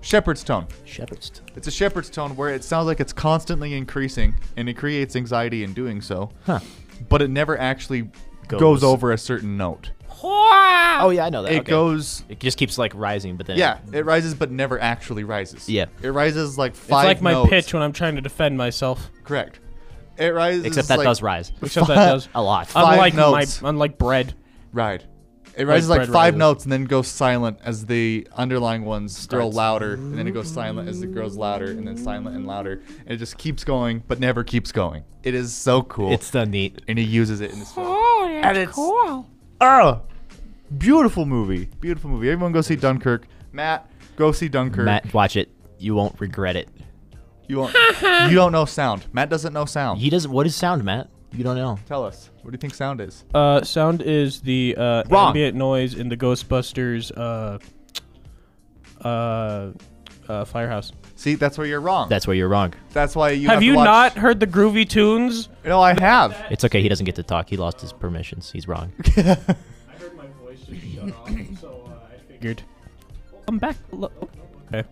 Speaker 5: shepherd's tone.
Speaker 3: Shepherd's tone.
Speaker 5: It's a shepherd's tone where it sounds like it's constantly increasing and it creates anxiety in doing so.
Speaker 3: Huh.
Speaker 5: But it never actually goes,
Speaker 3: Goes.
Speaker 5: over a certain note.
Speaker 3: Oh yeah, I know that.
Speaker 5: It
Speaker 3: okay.
Speaker 5: goes
Speaker 3: It just keeps like rising, but then
Speaker 5: yeah,
Speaker 3: it-
Speaker 5: it rises but never actually rises.
Speaker 3: Yeah.
Speaker 5: It rises like
Speaker 6: It's
Speaker 5: five
Speaker 6: like my
Speaker 5: notes.
Speaker 6: pitch when I'm trying to defend myself.
Speaker 5: Correct. It rises
Speaker 3: except that
Speaker 5: like,
Speaker 3: does rise
Speaker 6: Except that does.
Speaker 3: a lot.
Speaker 5: Five
Speaker 6: unlike
Speaker 5: notes.
Speaker 6: my unlike bread.
Speaker 5: Right. It rises like,
Speaker 6: bread
Speaker 5: five
Speaker 6: rises.
Speaker 5: notes and then goes silent as the underlying ones grow
Speaker 3: Starts.
Speaker 5: louder, and then it goes silent as it grows louder, and then silent and louder, and it just keeps going, but never keeps going. It is so cool.
Speaker 3: it's so neat.
Speaker 5: and he uses it in this film. Oh, that's and it's, cool. Oh, beautiful movie. Beautiful movie. Everyone go see Dunkirk. Matt, go see Dunkirk.
Speaker 3: Matt, watch it. You won't regret it.
Speaker 5: You, won't, you don't know sound. Matt doesn't know sound.
Speaker 3: He doesn't. What is sound, Matt? You don't know.
Speaker 5: Tell us. What do you think sound is?
Speaker 6: Uh, sound is the uh,
Speaker 3: Wrong.
Speaker 6: ambient noise in the Ghostbusters uh, uh, uh, firehouse.
Speaker 5: See, that's where you're wrong.
Speaker 3: That's where you're wrong.
Speaker 5: that's why you
Speaker 6: have,
Speaker 5: have
Speaker 6: you
Speaker 5: to watch-
Speaker 6: not heard the groovy tunes?
Speaker 5: No, I have.
Speaker 3: It's okay. He doesn't get to talk. He lost his permissions. He's wrong.
Speaker 6: I heard my voice just shut off, so uh, I figured. I'm back. Look. Okay.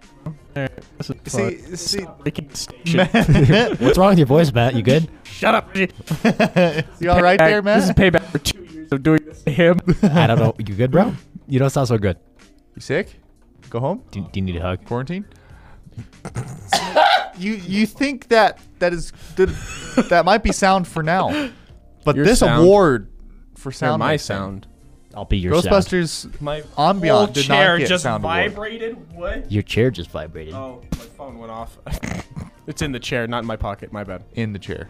Speaker 6: Alright, this is fun.
Speaker 5: See, see,
Speaker 6: Freaking station.
Speaker 3: What's wrong with your voice, Matt? You good?
Speaker 6: Shut up. dude.
Speaker 5: you all right there,
Speaker 6: This is
Speaker 5: Matt?
Speaker 6: payback for two years of doing this to him.
Speaker 3: I don't know. You good, bro? You don't sound so good.
Speaker 5: You sick? Go home.
Speaker 3: Do, do you need a hug?
Speaker 5: Quarantine. you you think that that is that, that might be sound for now, but
Speaker 6: Your
Speaker 5: this
Speaker 6: sound.
Speaker 5: award for
Speaker 6: Hear
Speaker 5: sound
Speaker 6: my
Speaker 5: mixing,
Speaker 6: sound.
Speaker 3: I'll be your sound.
Speaker 5: Ghostbusters
Speaker 6: My
Speaker 5: Ambient
Speaker 6: whole
Speaker 5: did not
Speaker 6: chair
Speaker 5: get
Speaker 6: just
Speaker 5: sound award.
Speaker 6: vibrated. What?
Speaker 3: Your chair just vibrated.
Speaker 6: Oh, my phone went off. it's in the chair, not in my pocket. My bad.
Speaker 5: in the chair.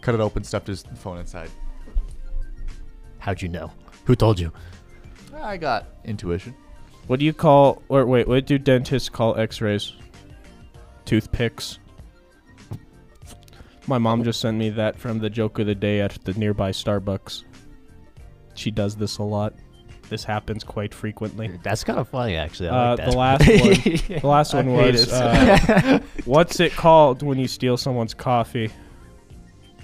Speaker 5: Cut it open, stuffed his phone inside.
Speaker 3: How'd you know? Who told you?
Speaker 5: I got intuition.
Speaker 6: What do you call? Or wait, what do dentists call X-rays? Toothpicks. My mom just sent me that from the joke of the day at the nearby Starbucks. She does this a lot. This happens quite frequently.
Speaker 3: That's kind of funny, actually. I
Speaker 6: Uh,
Speaker 3: like that.
Speaker 6: the last one. The last one
Speaker 5: hate
Speaker 6: was
Speaker 5: it.
Speaker 6: uh, what's it called when you steal someone's coffee?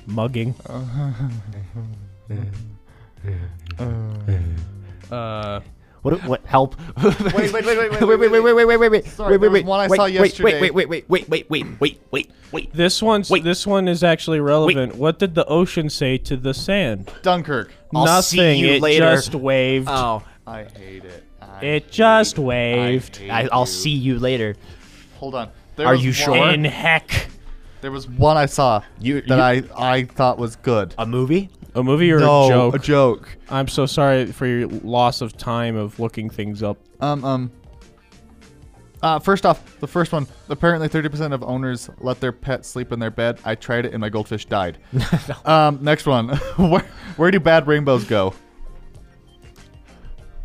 Speaker 6: Mugging.
Speaker 3: Oh.
Speaker 6: Uh,
Speaker 3: What? What? Help!
Speaker 5: Wait, wait, wait, wait, wait,
Speaker 3: wait, wait, wait, wait, wait, wait, wait, wait.
Speaker 5: Sorry,
Speaker 3: wait,
Speaker 5: there
Speaker 3: wait,
Speaker 5: was
Speaker 3: wait.
Speaker 5: one I
Speaker 3: wait,
Speaker 5: saw
Speaker 3: wait,
Speaker 5: yesterday.
Speaker 3: Wait, wait, wait, wait, wait, wait, wait, wait, wait, wait.
Speaker 6: this one's
Speaker 3: Wait.
Speaker 6: this one is actually relevant. What did the ocean say to the sand?
Speaker 5: Dunkirk.
Speaker 3: I'll see
Speaker 6: Nothing.
Speaker 3: you
Speaker 6: it
Speaker 3: later.
Speaker 6: just waved.
Speaker 3: Oh,
Speaker 5: I hate it. I
Speaker 6: It just
Speaker 5: hate-
Speaker 6: waved.
Speaker 5: hate
Speaker 3: I, I'll
Speaker 5: you.
Speaker 3: see you later.
Speaker 5: Hold on. There
Speaker 3: Are
Speaker 5: was
Speaker 3: you
Speaker 5: one-
Speaker 3: sure?
Speaker 6: In heck.
Speaker 5: There was one I saw
Speaker 3: You-
Speaker 5: that I I thought was good.
Speaker 3: A movie?
Speaker 6: A movie or
Speaker 5: no,
Speaker 6: a joke?
Speaker 5: a joke.
Speaker 6: I'm so sorry for your loss of time of looking things up.
Speaker 5: Um, um. Uh, first off, the first one. Apparently, thirty percent of owners let their pet sleep in their bed. I tried it, and my goldfish died. um, next one. where, where do bad rainbows go?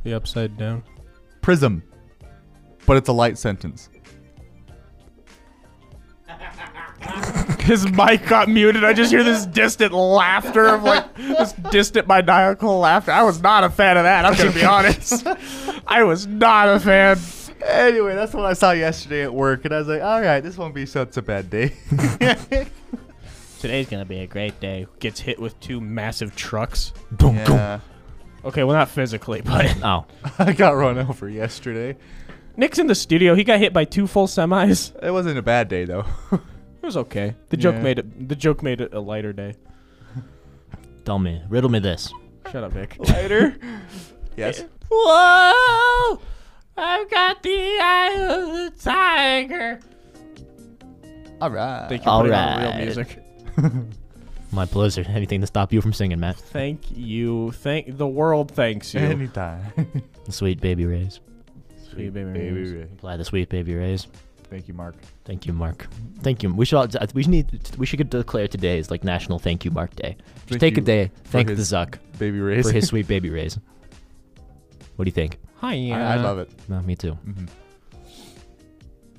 Speaker 6: The upside down.
Speaker 5: Prism. But it's a light sentence.
Speaker 6: His mic got muted. I just hear this distant laughter of like this distant maniacal laughter. I was not a fan of that. I'm gonna be honest. I was not a fan.
Speaker 5: Anyway, that's what I saw yesterday at work, and I was like, "All right, this won't be such a bad day."
Speaker 6: Today's gonna be a great day. Gets hit with two massive trucks.
Speaker 3: Boom,
Speaker 5: yeah.
Speaker 6: Okay, well not physically, but
Speaker 3: Oh,
Speaker 5: I got run over yesterday.
Speaker 6: Nick's in the studio. He got hit by two full semis.
Speaker 5: It wasn't a bad day though.
Speaker 6: It was okay. The joke
Speaker 5: Yeah.
Speaker 6: made it. The joke made it a lighter day.
Speaker 3: tell me, riddle me this.
Speaker 6: Shut up, Nick.
Speaker 5: Later. yes.
Speaker 6: Whoa! I've got the eye of the tiger.
Speaker 5: All right.
Speaker 6: Thank you.
Speaker 3: All
Speaker 6: All right. Real
Speaker 3: right.
Speaker 6: music.
Speaker 3: My pleasure. Anything to stop you from singing, Matt?
Speaker 6: Thank you. Thank the world. Thanks you.
Speaker 5: Anytime.
Speaker 3: Sweet baby rays.
Speaker 6: Sweet baby
Speaker 5: Baby
Speaker 6: Ray's.
Speaker 5: Ray.
Speaker 3: Apply the sweet baby rays.
Speaker 5: Thank you, Mark.
Speaker 3: Thank you, Mark. Thank you. We should all- we need we should declare today is like National Thank You Mark Day. Just
Speaker 5: Thank
Speaker 3: take a
Speaker 5: you
Speaker 3: day,
Speaker 5: for
Speaker 3: thank the
Speaker 5: his-
Speaker 3: Zuck
Speaker 5: Baby Ray's.
Speaker 3: for his sweet baby rays. What do you think?
Speaker 6: Hi.
Speaker 5: I, I love it.
Speaker 3: No, me too.
Speaker 6: Mm-hmm.
Speaker 5: Mhm.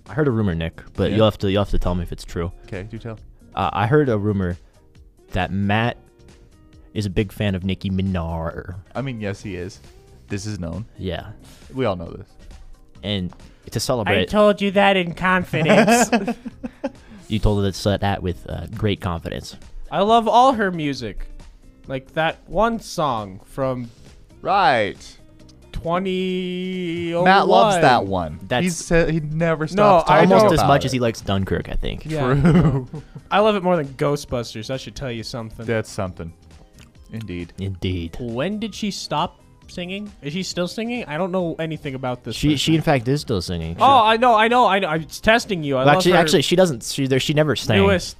Speaker 3: I heard a rumor, Nick, but
Speaker 5: Yeah.
Speaker 3: you'll have to you'll have to tell me if it's true.
Speaker 5: Okay, do tell.
Speaker 3: Uh, I heard a rumor that Matt is a big fan of Nicki Minaj.
Speaker 5: I mean, yes, he is. This is known.
Speaker 3: Yeah,
Speaker 5: We all know this.
Speaker 3: and to celebrate,
Speaker 6: told you that in confidence.
Speaker 3: you told us that with uh, great confidence.
Speaker 6: I love all her music. Like that one song from
Speaker 5: Right.
Speaker 6: 20.
Speaker 5: Matt loves that one.
Speaker 3: That's-
Speaker 5: Oh, he said he never stops.
Speaker 6: I
Speaker 5: talking
Speaker 3: Almost
Speaker 5: about
Speaker 3: as much
Speaker 5: it.
Speaker 3: as he likes Dunkirk, I think.
Speaker 6: Yeah.
Speaker 5: True.
Speaker 6: I love it more than Ghostbusters. That should tell you something.
Speaker 5: That's something. Indeed.
Speaker 3: Indeed.
Speaker 6: When did she stop singing? Is she still singing? I don't know anything about this.
Speaker 3: She
Speaker 6: person.
Speaker 3: she in fact is still singing.
Speaker 6: Oh, I know, I know, I know. I'm testing you. I
Speaker 3: Well,
Speaker 6: love
Speaker 3: actually,
Speaker 6: her
Speaker 3: actually, she doesn't. She there. She never sang.
Speaker 6: newest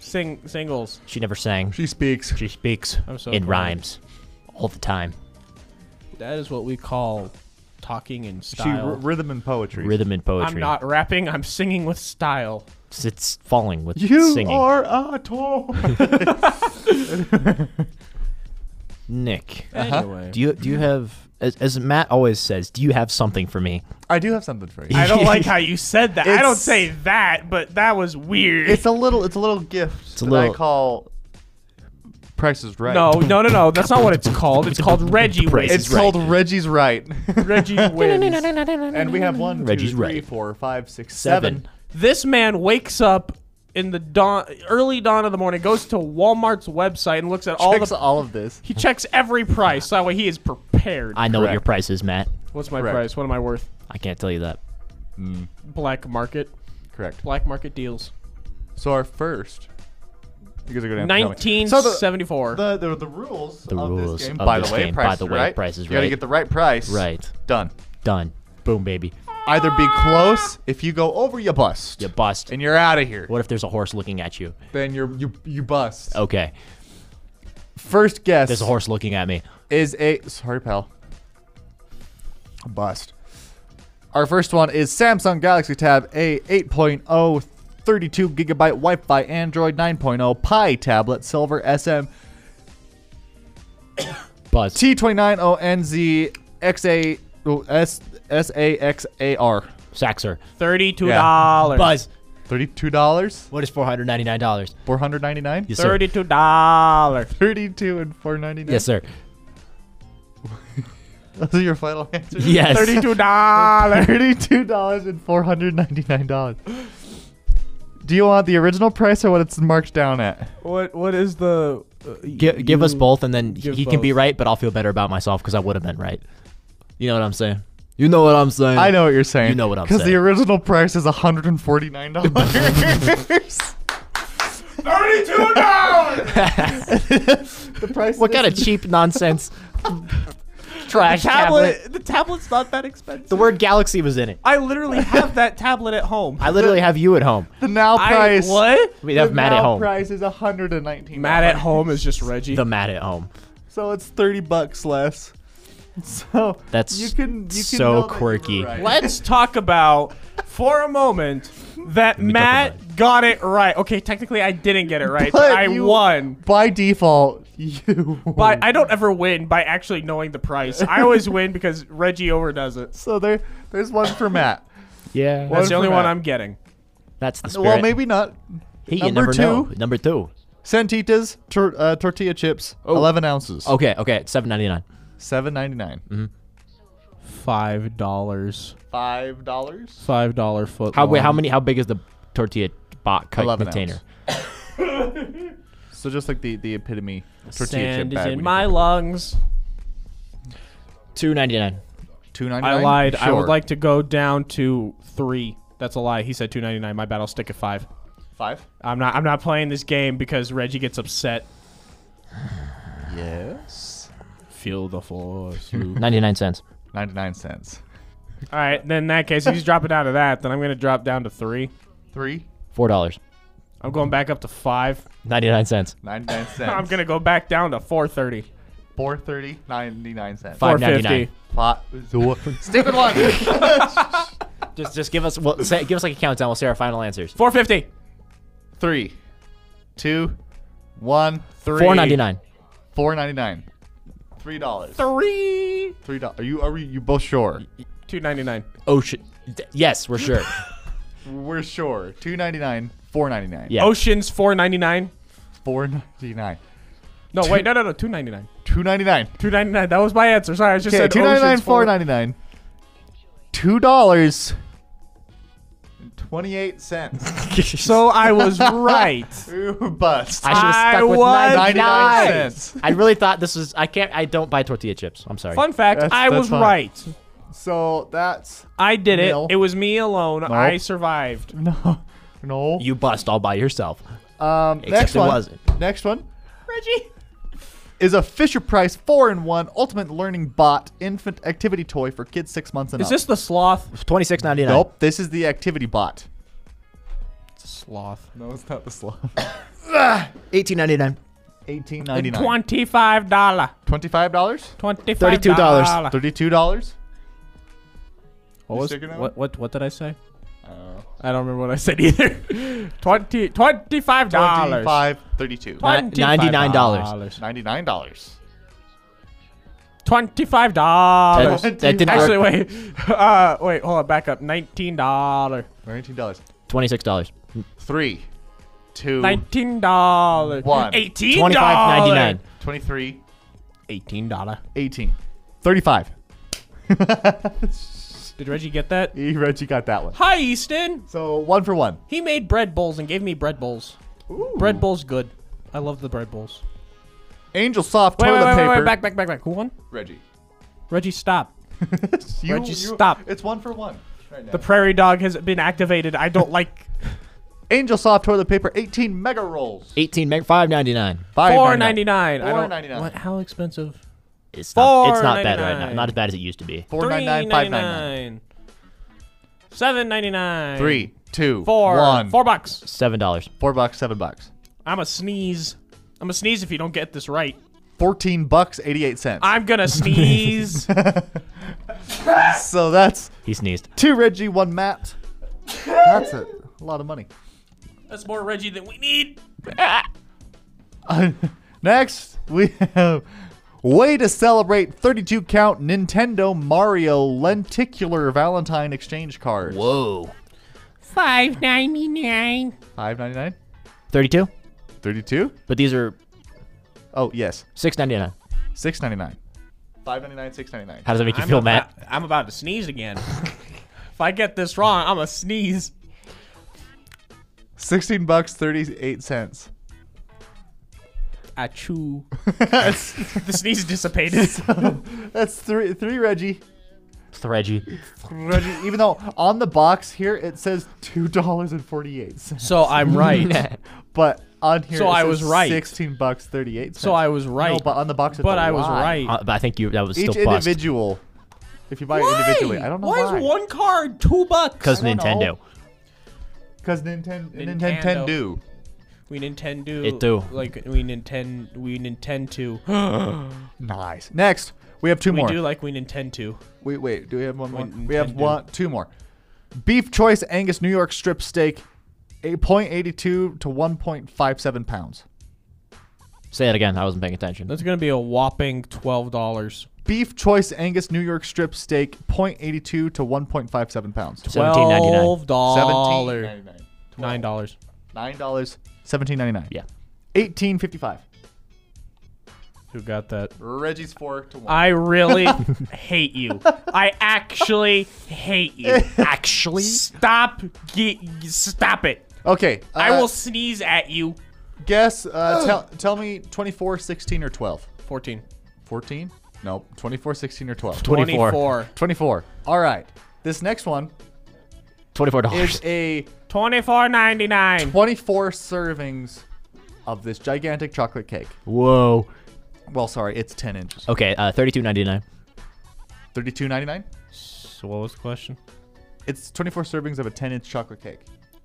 Speaker 6: sing singles.
Speaker 3: She never sang.
Speaker 5: She speaks.
Speaker 3: She speaks
Speaker 6: I'm so
Speaker 3: in
Speaker 6: proud.
Speaker 3: rhymes all the time.
Speaker 6: That is what we call talking in
Speaker 5: She r-
Speaker 6: style.
Speaker 5: rhythm and poetry.
Speaker 3: Rhythm and poetry.
Speaker 6: I'm not rapping. I'm singing with style.
Speaker 3: It's, it's falling with
Speaker 5: You
Speaker 3: singing.
Speaker 5: are a toy.
Speaker 3: Nick,
Speaker 6: Anyway,
Speaker 3: do you do you have as, as Matt always says? Do you have something for me?
Speaker 5: I do have something for you.
Speaker 6: I don't like how you said that. I don't
Speaker 5: It's-
Speaker 6: say that, but that was weird.
Speaker 5: It's a little. It's a little gift
Speaker 3: a
Speaker 5: that I
Speaker 3: little-
Speaker 5: call. Price is right.
Speaker 6: no, no, no, no. That's not what it's called. It's called Reggie
Speaker 3: Praise
Speaker 6: wins.
Speaker 5: It's
Speaker 3: is right.
Speaker 5: called Reggie's Right.
Speaker 6: Reggie wins.
Speaker 5: and we have one, two,
Speaker 3: Reggie's
Speaker 5: three,
Speaker 3: Right.
Speaker 5: four, five, six,
Speaker 3: Seven.
Speaker 5: seven.
Speaker 6: This man wakes up in the dawn, early dawn of the morning, goes to Walmart's website and looks at all
Speaker 5: Checks
Speaker 6: the.
Speaker 5: all of this.
Speaker 6: He checks every price. That way, he is prepared.
Speaker 3: I know what your
Speaker 5: Correct.
Speaker 3: price is, Matt.
Speaker 6: What's my
Speaker 5: Correct.
Speaker 6: price? What am I worth?
Speaker 3: I can't tell you that.
Speaker 6: Black market.
Speaker 5: Correct.
Speaker 6: Black market deals.
Speaker 5: So our first. You guys are gonna have to tell me. So the-
Speaker 6: 1974.
Speaker 5: The, the, the rules
Speaker 3: The
Speaker 5: of
Speaker 3: rules
Speaker 5: this game.
Speaker 3: of
Speaker 5: by
Speaker 3: this
Speaker 5: the way,
Speaker 3: game,
Speaker 5: price
Speaker 3: by the
Speaker 5: is
Speaker 3: way,
Speaker 5: right.
Speaker 3: Price is
Speaker 5: you gotta
Speaker 3: Right.
Speaker 5: get the right price.
Speaker 3: Right.
Speaker 5: Done.
Speaker 3: Done. Boom, baby.
Speaker 5: Either be close. If you go over, you bust.
Speaker 3: You bust.
Speaker 5: And you're out of here.
Speaker 3: What if there's a horse looking at you?
Speaker 5: Then you're you you bust.
Speaker 3: Okay,
Speaker 5: First guess
Speaker 3: there's a horse looking at me.
Speaker 5: is a sorry pal. Bust. Our first one is Samsung Galaxy Tab A 8.0 32 gigabyte Wi-Fi Android 9.0 Pi tablet silver SM
Speaker 3: Bust.
Speaker 5: T290NZ XA oh, S SAXAR.
Speaker 3: Saxer.
Speaker 6: Thirty-two
Speaker 5: Yeah.
Speaker 6: dollars.
Speaker 3: Buzz.
Speaker 5: Thirty-two dollars,
Speaker 3: What is four hundred ninety nine dollars?
Speaker 5: four hundred ninety-nine.
Speaker 3: Yes, sir.
Speaker 6: Thirty-two dollars.
Speaker 5: Thirty-two and four ninety-nine.
Speaker 3: Yes, sir.
Speaker 5: Those are your final answers.
Speaker 3: Yes.
Speaker 6: Thirty-two dollars.
Speaker 5: Thirty-two dollars and four hundred ninety-nine dollars. Do you want the original price or what it's marked down at?
Speaker 6: what? What is the?
Speaker 3: Give, give us both, and then
Speaker 6: give
Speaker 3: he can be
Speaker 6: both.
Speaker 3: right, but I'll feel better about myself because I would have been right. You know what I'm saying? You know what I'm saying?
Speaker 5: I know what you're saying.
Speaker 3: You know what I'm
Speaker 5: Because the
Speaker 3: saying.
Speaker 5: original price is hundred and forty-nine dollars.
Speaker 6: Thirty-two dollars.
Speaker 5: the price.
Speaker 3: What kind of cheap nonsense trash tablet.
Speaker 6: tablet. The tablet's not that expensive.
Speaker 3: The word galaxy was in it.
Speaker 6: I literally have that tablet at home.
Speaker 3: I literally have you at home.
Speaker 5: the now price?
Speaker 6: what?
Speaker 3: We have
Speaker 5: the
Speaker 3: Matt
Speaker 5: now
Speaker 3: at home.
Speaker 5: price is hundred and nineteen.
Speaker 6: Mad at home is just Reggie.
Speaker 3: The Matt at home.
Speaker 5: So it's thirty bucks less. So
Speaker 3: That's
Speaker 5: you can you can
Speaker 3: so
Speaker 5: know that you were
Speaker 3: quirky.
Speaker 5: right.
Speaker 6: Let's talk about for a moment that
Speaker 3: me talk
Speaker 6: Matt got it right. Okay, technically I didn't get it right, but,
Speaker 5: But
Speaker 6: I
Speaker 5: you-
Speaker 6: won.
Speaker 5: By default, you.
Speaker 6: But I don't ever win by actually knowing the price. I always win because Reggie overdoes it.
Speaker 5: So there, there's one for Matt.
Speaker 3: Yeah.
Speaker 5: Well,
Speaker 6: That's the only
Speaker 5: for
Speaker 6: one
Speaker 5: Matt.
Speaker 6: I'm getting.
Speaker 3: That's the spirit.
Speaker 5: well, maybe not.
Speaker 3: Hey, you
Speaker 5: number
Speaker 3: never know.
Speaker 5: two.
Speaker 3: Number two.
Speaker 5: Santitas tor- uh, tortilla chips,
Speaker 3: Oh.
Speaker 5: eleven ounces,
Speaker 3: Okay, okay. Seven ninety nine.
Speaker 5: seven ninety nine.
Speaker 3: Mm-hmm.
Speaker 6: Five dollars.
Speaker 5: Five dollars.
Speaker 6: Five dollar foot.
Speaker 3: How wait, how many how big is the tortilla box cut
Speaker 5: 11
Speaker 3: container?
Speaker 5: ounce. So just like the the epitome tortilla
Speaker 6: Sand
Speaker 5: chip
Speaker 6: is
Speaker 5: bag.
Speaker 6: in my lungs.
Speaker 3: Two ninety nine.
Speaker 5: Two ninety
Speaker 6: I
Speaker 5: nine.
Speaker 6: lied. I would like to go down to three. That's a lie. He said two ninety nine. My bad. I'll stick at five.
Speaker 5: five.
Speaker 6: I'm not. I'm not playing this game because Reggie gets upset.
Speaker 5: Yes.
Speaker 6: Feel the force.
Speaker 3: Ninety nine cents.
Speaker 5: Ninety nine cents.
Speaker 6: All right. Then in that case, if he's dropping down to that, then I'm gonna drop down to three.
Speaker 5: Three.
Speaker 3: Four dollars.
Speaker 6: I'm going back up to five.
Speaker 3: Ninety nine cents.
Speaker 5: Ninety nine cents.
Speaker 6: I'm gonna go back down to four thirty.
Speaker 5: Four thirty ninety nine cents.
Speaker 3: Five ninety nine.
Speaker 6: 450.
Speaker 5: Plot. Stupid one.
Speaker 3: Just just give us well say, give us like a countdown. We'll say our final answers.
Speaker 6: 450.
Speaker 5: Three, two, one, three.
Speaker 3: Four ninety nine.
Speaker 5: Four ninety nine. Three dollars.
Speaker 6: Three.
Speaker 5: Three dollars. Are you are we, you both sure?
Speaker 6: 299.
Speaker 3: Ocean. D- Oh, yes, we're sure.
Speaker 5: We're sure. Two ninety nine. Four ninety nine.
Speaker 3: Yeah.
Speaker 6: Oceans 499.
Speaker 5: Four ninety nine.
Speaker 6: No, wait, no, no, no, 299.
Speaker 5: Two ninety nine.
Speaker 6: 299. That was my answer. Sorry, I just
Speaker 5: Okay.
Speaker 6: said
Speaker 5: Two ninety nine.
Speaker 6: Oceans
Speaker 5: Four
Speaker 6: 499.
Speaker 5: ninety nine. Two dollars. Twenty eight cents.
Speaker 6: So I was right.
Speaker 5: We were bust.
Speaker 3: I should have stuck
Speaker 6: I
Speaker 3: with
Speaker 6: was
Speaker 3: 99.
Speaker 5: Ninety-nine cents.
Speaker 3: I really thought this was. I can't. I don't buy tortilla chips. I'm sorry.
Speaker 6: Fun fact,
Speaker 5: That's-
Speaker 6: I
Speaker 5: that's
Speaker 6: was
Speaker 5: fine.
Speaker 6: right.
Speaker 5: So that's
Speaker 6: I did it.
Speaker 5: Nil.
Speaker 6: It was me alone. I survived.
Speaker 5: no, no.
Speaker 3: You bust all by yourself.
Speaker 5: Um,
Speaker 3: Except
Speaker 5: next
Speaker 3: it
Speaker 5: one.
Speaker 3: wasn't.
Speaker 5: Next one. Reggie is a Fisher Price four in one ultimate learning bot infant activity toy for kids six months and
Speaker 6: Is
Speaker 5: up.
Speaker 6: this the sloth?
Speaker 3: Twenty six ninety nine.
Speaker 5: Nope. This is the activity bot.
Speaker 6: Sloth.
Speaker 5: No, it's not the slow.
Speaker 3: Eighteen ninety nine.
Speaker 5: Eighteen ninety nine.
Speaker 6: Twenty-five dollar.
Speaker 5: Twenty five dollars.
Speaker 6: Twenty-five.
Speaker 3: $32.
Speaker 5: Thirty two dollars.
Speaker 6: What,
Speaker 5: You
Speaker 6: was,
Speaker 5: sticking that
Speaker 6: what, what, what did I say?
Speaker 5: Twenty
Speaker 6: I don't remember what I said either. 20, 25 dollars.
Speaker 5: five. Thirty two.
Speaker 3: $99.
Speaker 5: Ninety nine dollars.
Speaker 6: Twenty-five dollars.
Speaker 3: That, that didn't
Speaker 6: Actually,
Speaker 3: work.
Speaker 6: wait. Uh, wait, hold on. Back up. Nineteen dollar.
Speaker 5: Nineteen dollars.
Speaker 3: Twenty six dollars.
Speaker 5: Three, two,
Speaker 6: Nineteen dollar.
Speaker 5: One.
Speaker 6: Eighteen.
Speaker 3: Twenty five ninety nine.
Speaker 5: twenty three,
Speaker 6: Eighteen dollar.
Speaker 5: eighteen, thirty five.
Speaker 6: Did Reggie get that?
Speaker 5: E Reggie got that one.
Speaker 6: Hi, Easton.
Speaker 5: So one for one.
Speaker 6: He made bread bowls and gave me bread bowls. Bread bowls, good. I love the bread bowls.
Speaker 5: Angel soft
Speaker 6: Wait,
Speaker 5: toilet
Speaker 6: wait, wait,
Speaker 5: paper.
Speaker 6: wait, wait, back, back, back, back. Who won?
Speaker 5: Reggie.
Speaker 6: Reggie, stop.
Speaker 5: You,
Speaker 6: Reggie, stop.
Speaker 5: It's one for one. Right now.
Speaker 6: The prairie dog has been activated. I don't like
Speaker 5: Angel soft toilet paper, 18 mega rolls.
Speaker 3: Eighteen meg five ninety nine.
Speaker 5: Five
Speaker 6: four ninety
Speaker 5: ninety nine.
Speaker 6: nine.
Speaker 5: Four ninety nine.
Speaker 6: What? How expensive?
Speaker 3: It's not. It's not bad right
Speaker 6: $4.99.
Speaker 3: now. Not as bad as it used to be.
Speaker 5: Four ninety nine. Five ninety nine.
Speaker 6: nine. Seven ninety nine.
Speaker 5: Three, two,
Speaker 6: Four.
Speaker 5: one.
Speaker 6: Four bucks.
Speaker 3: Seven dollars.
Speaker 5: Four bucks, seven bucks.
Speaker 6: I'm a sneeze. I'm a sneeze if you don't get this right.
Speaker 5: 14 bucks, 88 cents.
Speaker 6: I'm gonna sneeze.
Speaker 5: so that's
Speaker 3: He sneezed.
Speaker 5: two Reggie, one Matt. That's a, a lot of money.
Speaker 6: That's more Reggie than we need.
Speaker 5: Next, we have way to celebrate 32 count Nintendo Mario lenticular Valentine exchange card.
Speaker 3: Whoa.
Speaker 6: Five ninety nine.
Speaker 5: 5.99?
Speaker 3: Thirty two.
Speaker 5: 32?
Speaker 3: But these are
Speaker 5: Oh, yes.
Speaker 3: six ninety nine.
Speaker 5: Six ninety nine. Five ninety nine, six ninety nine.
Speaker 3: How does that make you feel, Matt?
Speaker 6: about- I'm about to sneeze again. if I get this wrong, I'm a sneeze.
Speaker 5: Sixteen bucks thirty eight cents.
Speaker 6: I chew.
Speaker 5: that's
Speaker 6: The sneeze dissipated.
Speaker 5: that's three three Reggie.
Speaker 3: Reggie.
Speaker 5: Reggie, even though on the box here it says two dollars and forty eight cents,
Speaker 6: so I'm right.
Speaker 5: but on here
Speaker 6: So
Speaker 5: it
Speaker 6: I
Speaker 5: says
Speaker 6: was right.
Speaker 5: Sixteen bucks thirty eight cents.
Speaker 6: so I was right.
Speaker 5: No, but on the box, it's
Speaker 6: But
Speaker 5: a
Speaker 6: I was
Speaker 5: lie.
Speaker 6: right.
Speaker 3: Uh, but I think you that was
Speaker 5: Each
Speaker 3: still bust.
Speaker 5: individual, if you buy it individually, I don't know why.
Speaker 6: one card two bucks?
Speaker 3: Because
Speaker 5: I don't
Speaker 3: Nintendo.
Speaker 5: know. Because Nintendo,
Speaker 6: Nintendo.
Speaker 5: Nintendo.
Speaker 6: we Nintendo.
Speaker 3: It do.
Speaker 6: Like we Nintend. We Nintend to.
Speaker 5: Nice. Next, we have two
Speaker 6: we
Speaker 5: more.
Speaker 6: do like we Nintend to.
Speaker 5: Wait, wait. Do we have one more?
Speaker 6: Wait,
Speaker 5: We have
Speaker 6: Nintendo.
Speaker 5: one, two more. Beef choice Angus New York strip steak, 8.82 to 1.57 pounds.
Speaker 3: Say that again. I wasn't paying attention.
Speaker 6: That's gonna be a whopping twelve dollars.
Speaker 5: Beef choice Angus New York strip steak, 0.82 to 1.57 pounds.
Speaker 3: Seventeen ninety nine.
Speaker 6: Twelve dollar.
Speaker 5: $17.99.
Speaker 6: Nine dollars.
Speaker 5: Nine dollars. Seventeen ninety nine.
Speaker 3: Yeah.
Speaker 5: Eighteen fifty five.
Speaker 6: Who got that?
Speaker 5: Reggie's four to one.
Speaker 6: I really hate you. I actually hate you.
Speaker 3: Actually,
Speaker 6: Stop. Get, stop it.
Speaker 5: okay.
Speaker 6: I
Speaker 5: uh,
Speaker 6: will sneeze at you.
Speaker 5: guess. Uh, tell tell me 24, 16, or twelve.
Speaker 6: 14.
Speaker 5: Fourteen. Nope. 24, 16, or twelve.
Speaker 3: 24.
Speaker 6: 24.
Speaker 5: 24. All right. This next one
Speaker 3: twenty-four
Speaker 5: is
Speaker 3: dollars.
Speaker 5: a
Speaker 6: 24.99.
Speaker 5: 24 servings of this gigantic chocolate cake.
Speaker 3: Whoa.
Speaker 5: Well, sorry, it's 10 inches.
Speaker 6: Oh.
Speaker 3: Okay, uh, thirty-two ninety-nine.
Speaker 5: 32.99.
Speaker 6: So what was the question?
Speaker 5: It's 24 servings of a 10-inch chocolate cake.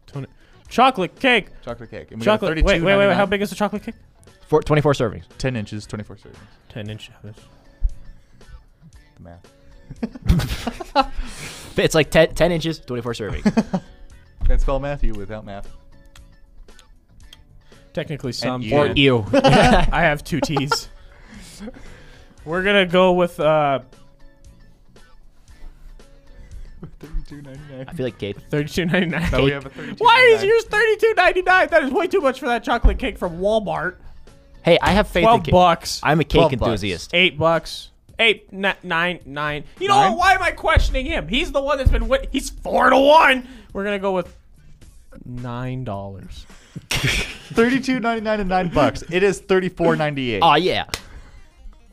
Speaker 6: 20. Chocolate cake.
Speaker 5: Chocolate cake. And we got a
Speaker 6: Chocolate. Wait, wait, wait, wait. How big is the chocolate cake?
Speaker 3: Four, 24 servings.
Speaker 5: 10 inches, 24 servings.
Speaker 6: Ten inches.
Speaker 5: The math.
Speaker 3: It's like 10, 10 inches, 24 servings.
Speaker 5: Can't spell Matthew without math.
Speaker 6: Technically, some.
Speaker 5: you.
Speaker 3: or
Speaker 6: can.
Speaker 3: ew.
Speaker 6: I have two T's. We're gonna go with uh,
Speaker 5: 32.99.
Speaker 3: I feel like Gabe.
Speaker 6: thirty-two ninety-nine.
Speaker 5: No, Oh, we have a 32.99.
Speaker 6: Why is yours thirty-two ninety-nine? That is way too much for that chocolate cake from Walmart.
Speaker 3: Hey, I have faith in
Speaker 6: Twelve
Speaker 3: cake.
Speaker 6: bucks.
Speaker 3: I'm a
Speaker 5: 12
Speaker 3: cake
Speaker 5: bucks.
Speaker 3: enthusiast.
Speaker 6: Eight bucks. Eight, ni- nine, nine. You know
Speaker 5: Nine?
Speaker 6: what? Why am I questioning him? He's the one that's been. Wi- He's four to one. We're gonna go with nine dollars.
Speaker 5: 32.99 and 9 bucks. It is 34.98.
Speaker 3: Oh yeah.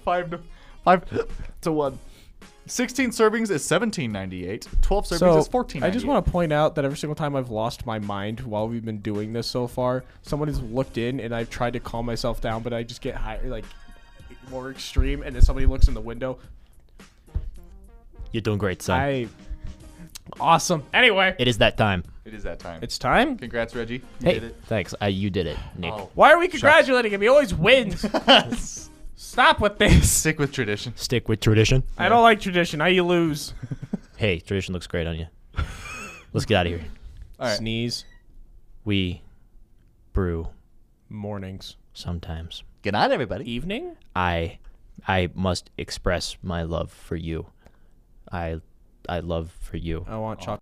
Speaker 5: 5 Ah, to 5 to 1. 16 servings is 17.98. 12 servings is 14.
Speaker 6: I just want to point out that every single time I've lost my mind while we've been doing this so far, someone has looked in and I've tried to calm myself down, but I just get higher, like more extreme, and then somebody looks in the window.
Speaker 3: You're doing great, son.
Speaker 6: I awesome. Anyway,
Speaker 3: it is that time.
Speaker 5: It is that time.
Speaker 6: it's time.
Speaker 5: Congrats, Reggie. You
Speaker 3: Hey,
Speaker 5: did it.
Speaker 3: thanks. Uh, you did it, Nick.
Speaker 5: Oh.
Speaker 6: Why are we congratulating him? He always wins. Stop with this.
Speaker 5: Stick with tradition.
Speaker 3: Stick with tradition.
Speaker 6: I don't like tradition. Now you lose.
Speaker 3: Hey, tradition looks great on you. Let's get out of here.
Speaker 5: All right.
Speaker 6: Sneeze.
Speaker 3: We brew
Speaker 6: Mornings.
Speaker 3: sometimes.
Speaker 5: Good night, everybody.
Speaker 6: Evening.
Speaker 3: I I must express my love for you. I I love for you.
Speaker 6: I want chocolate.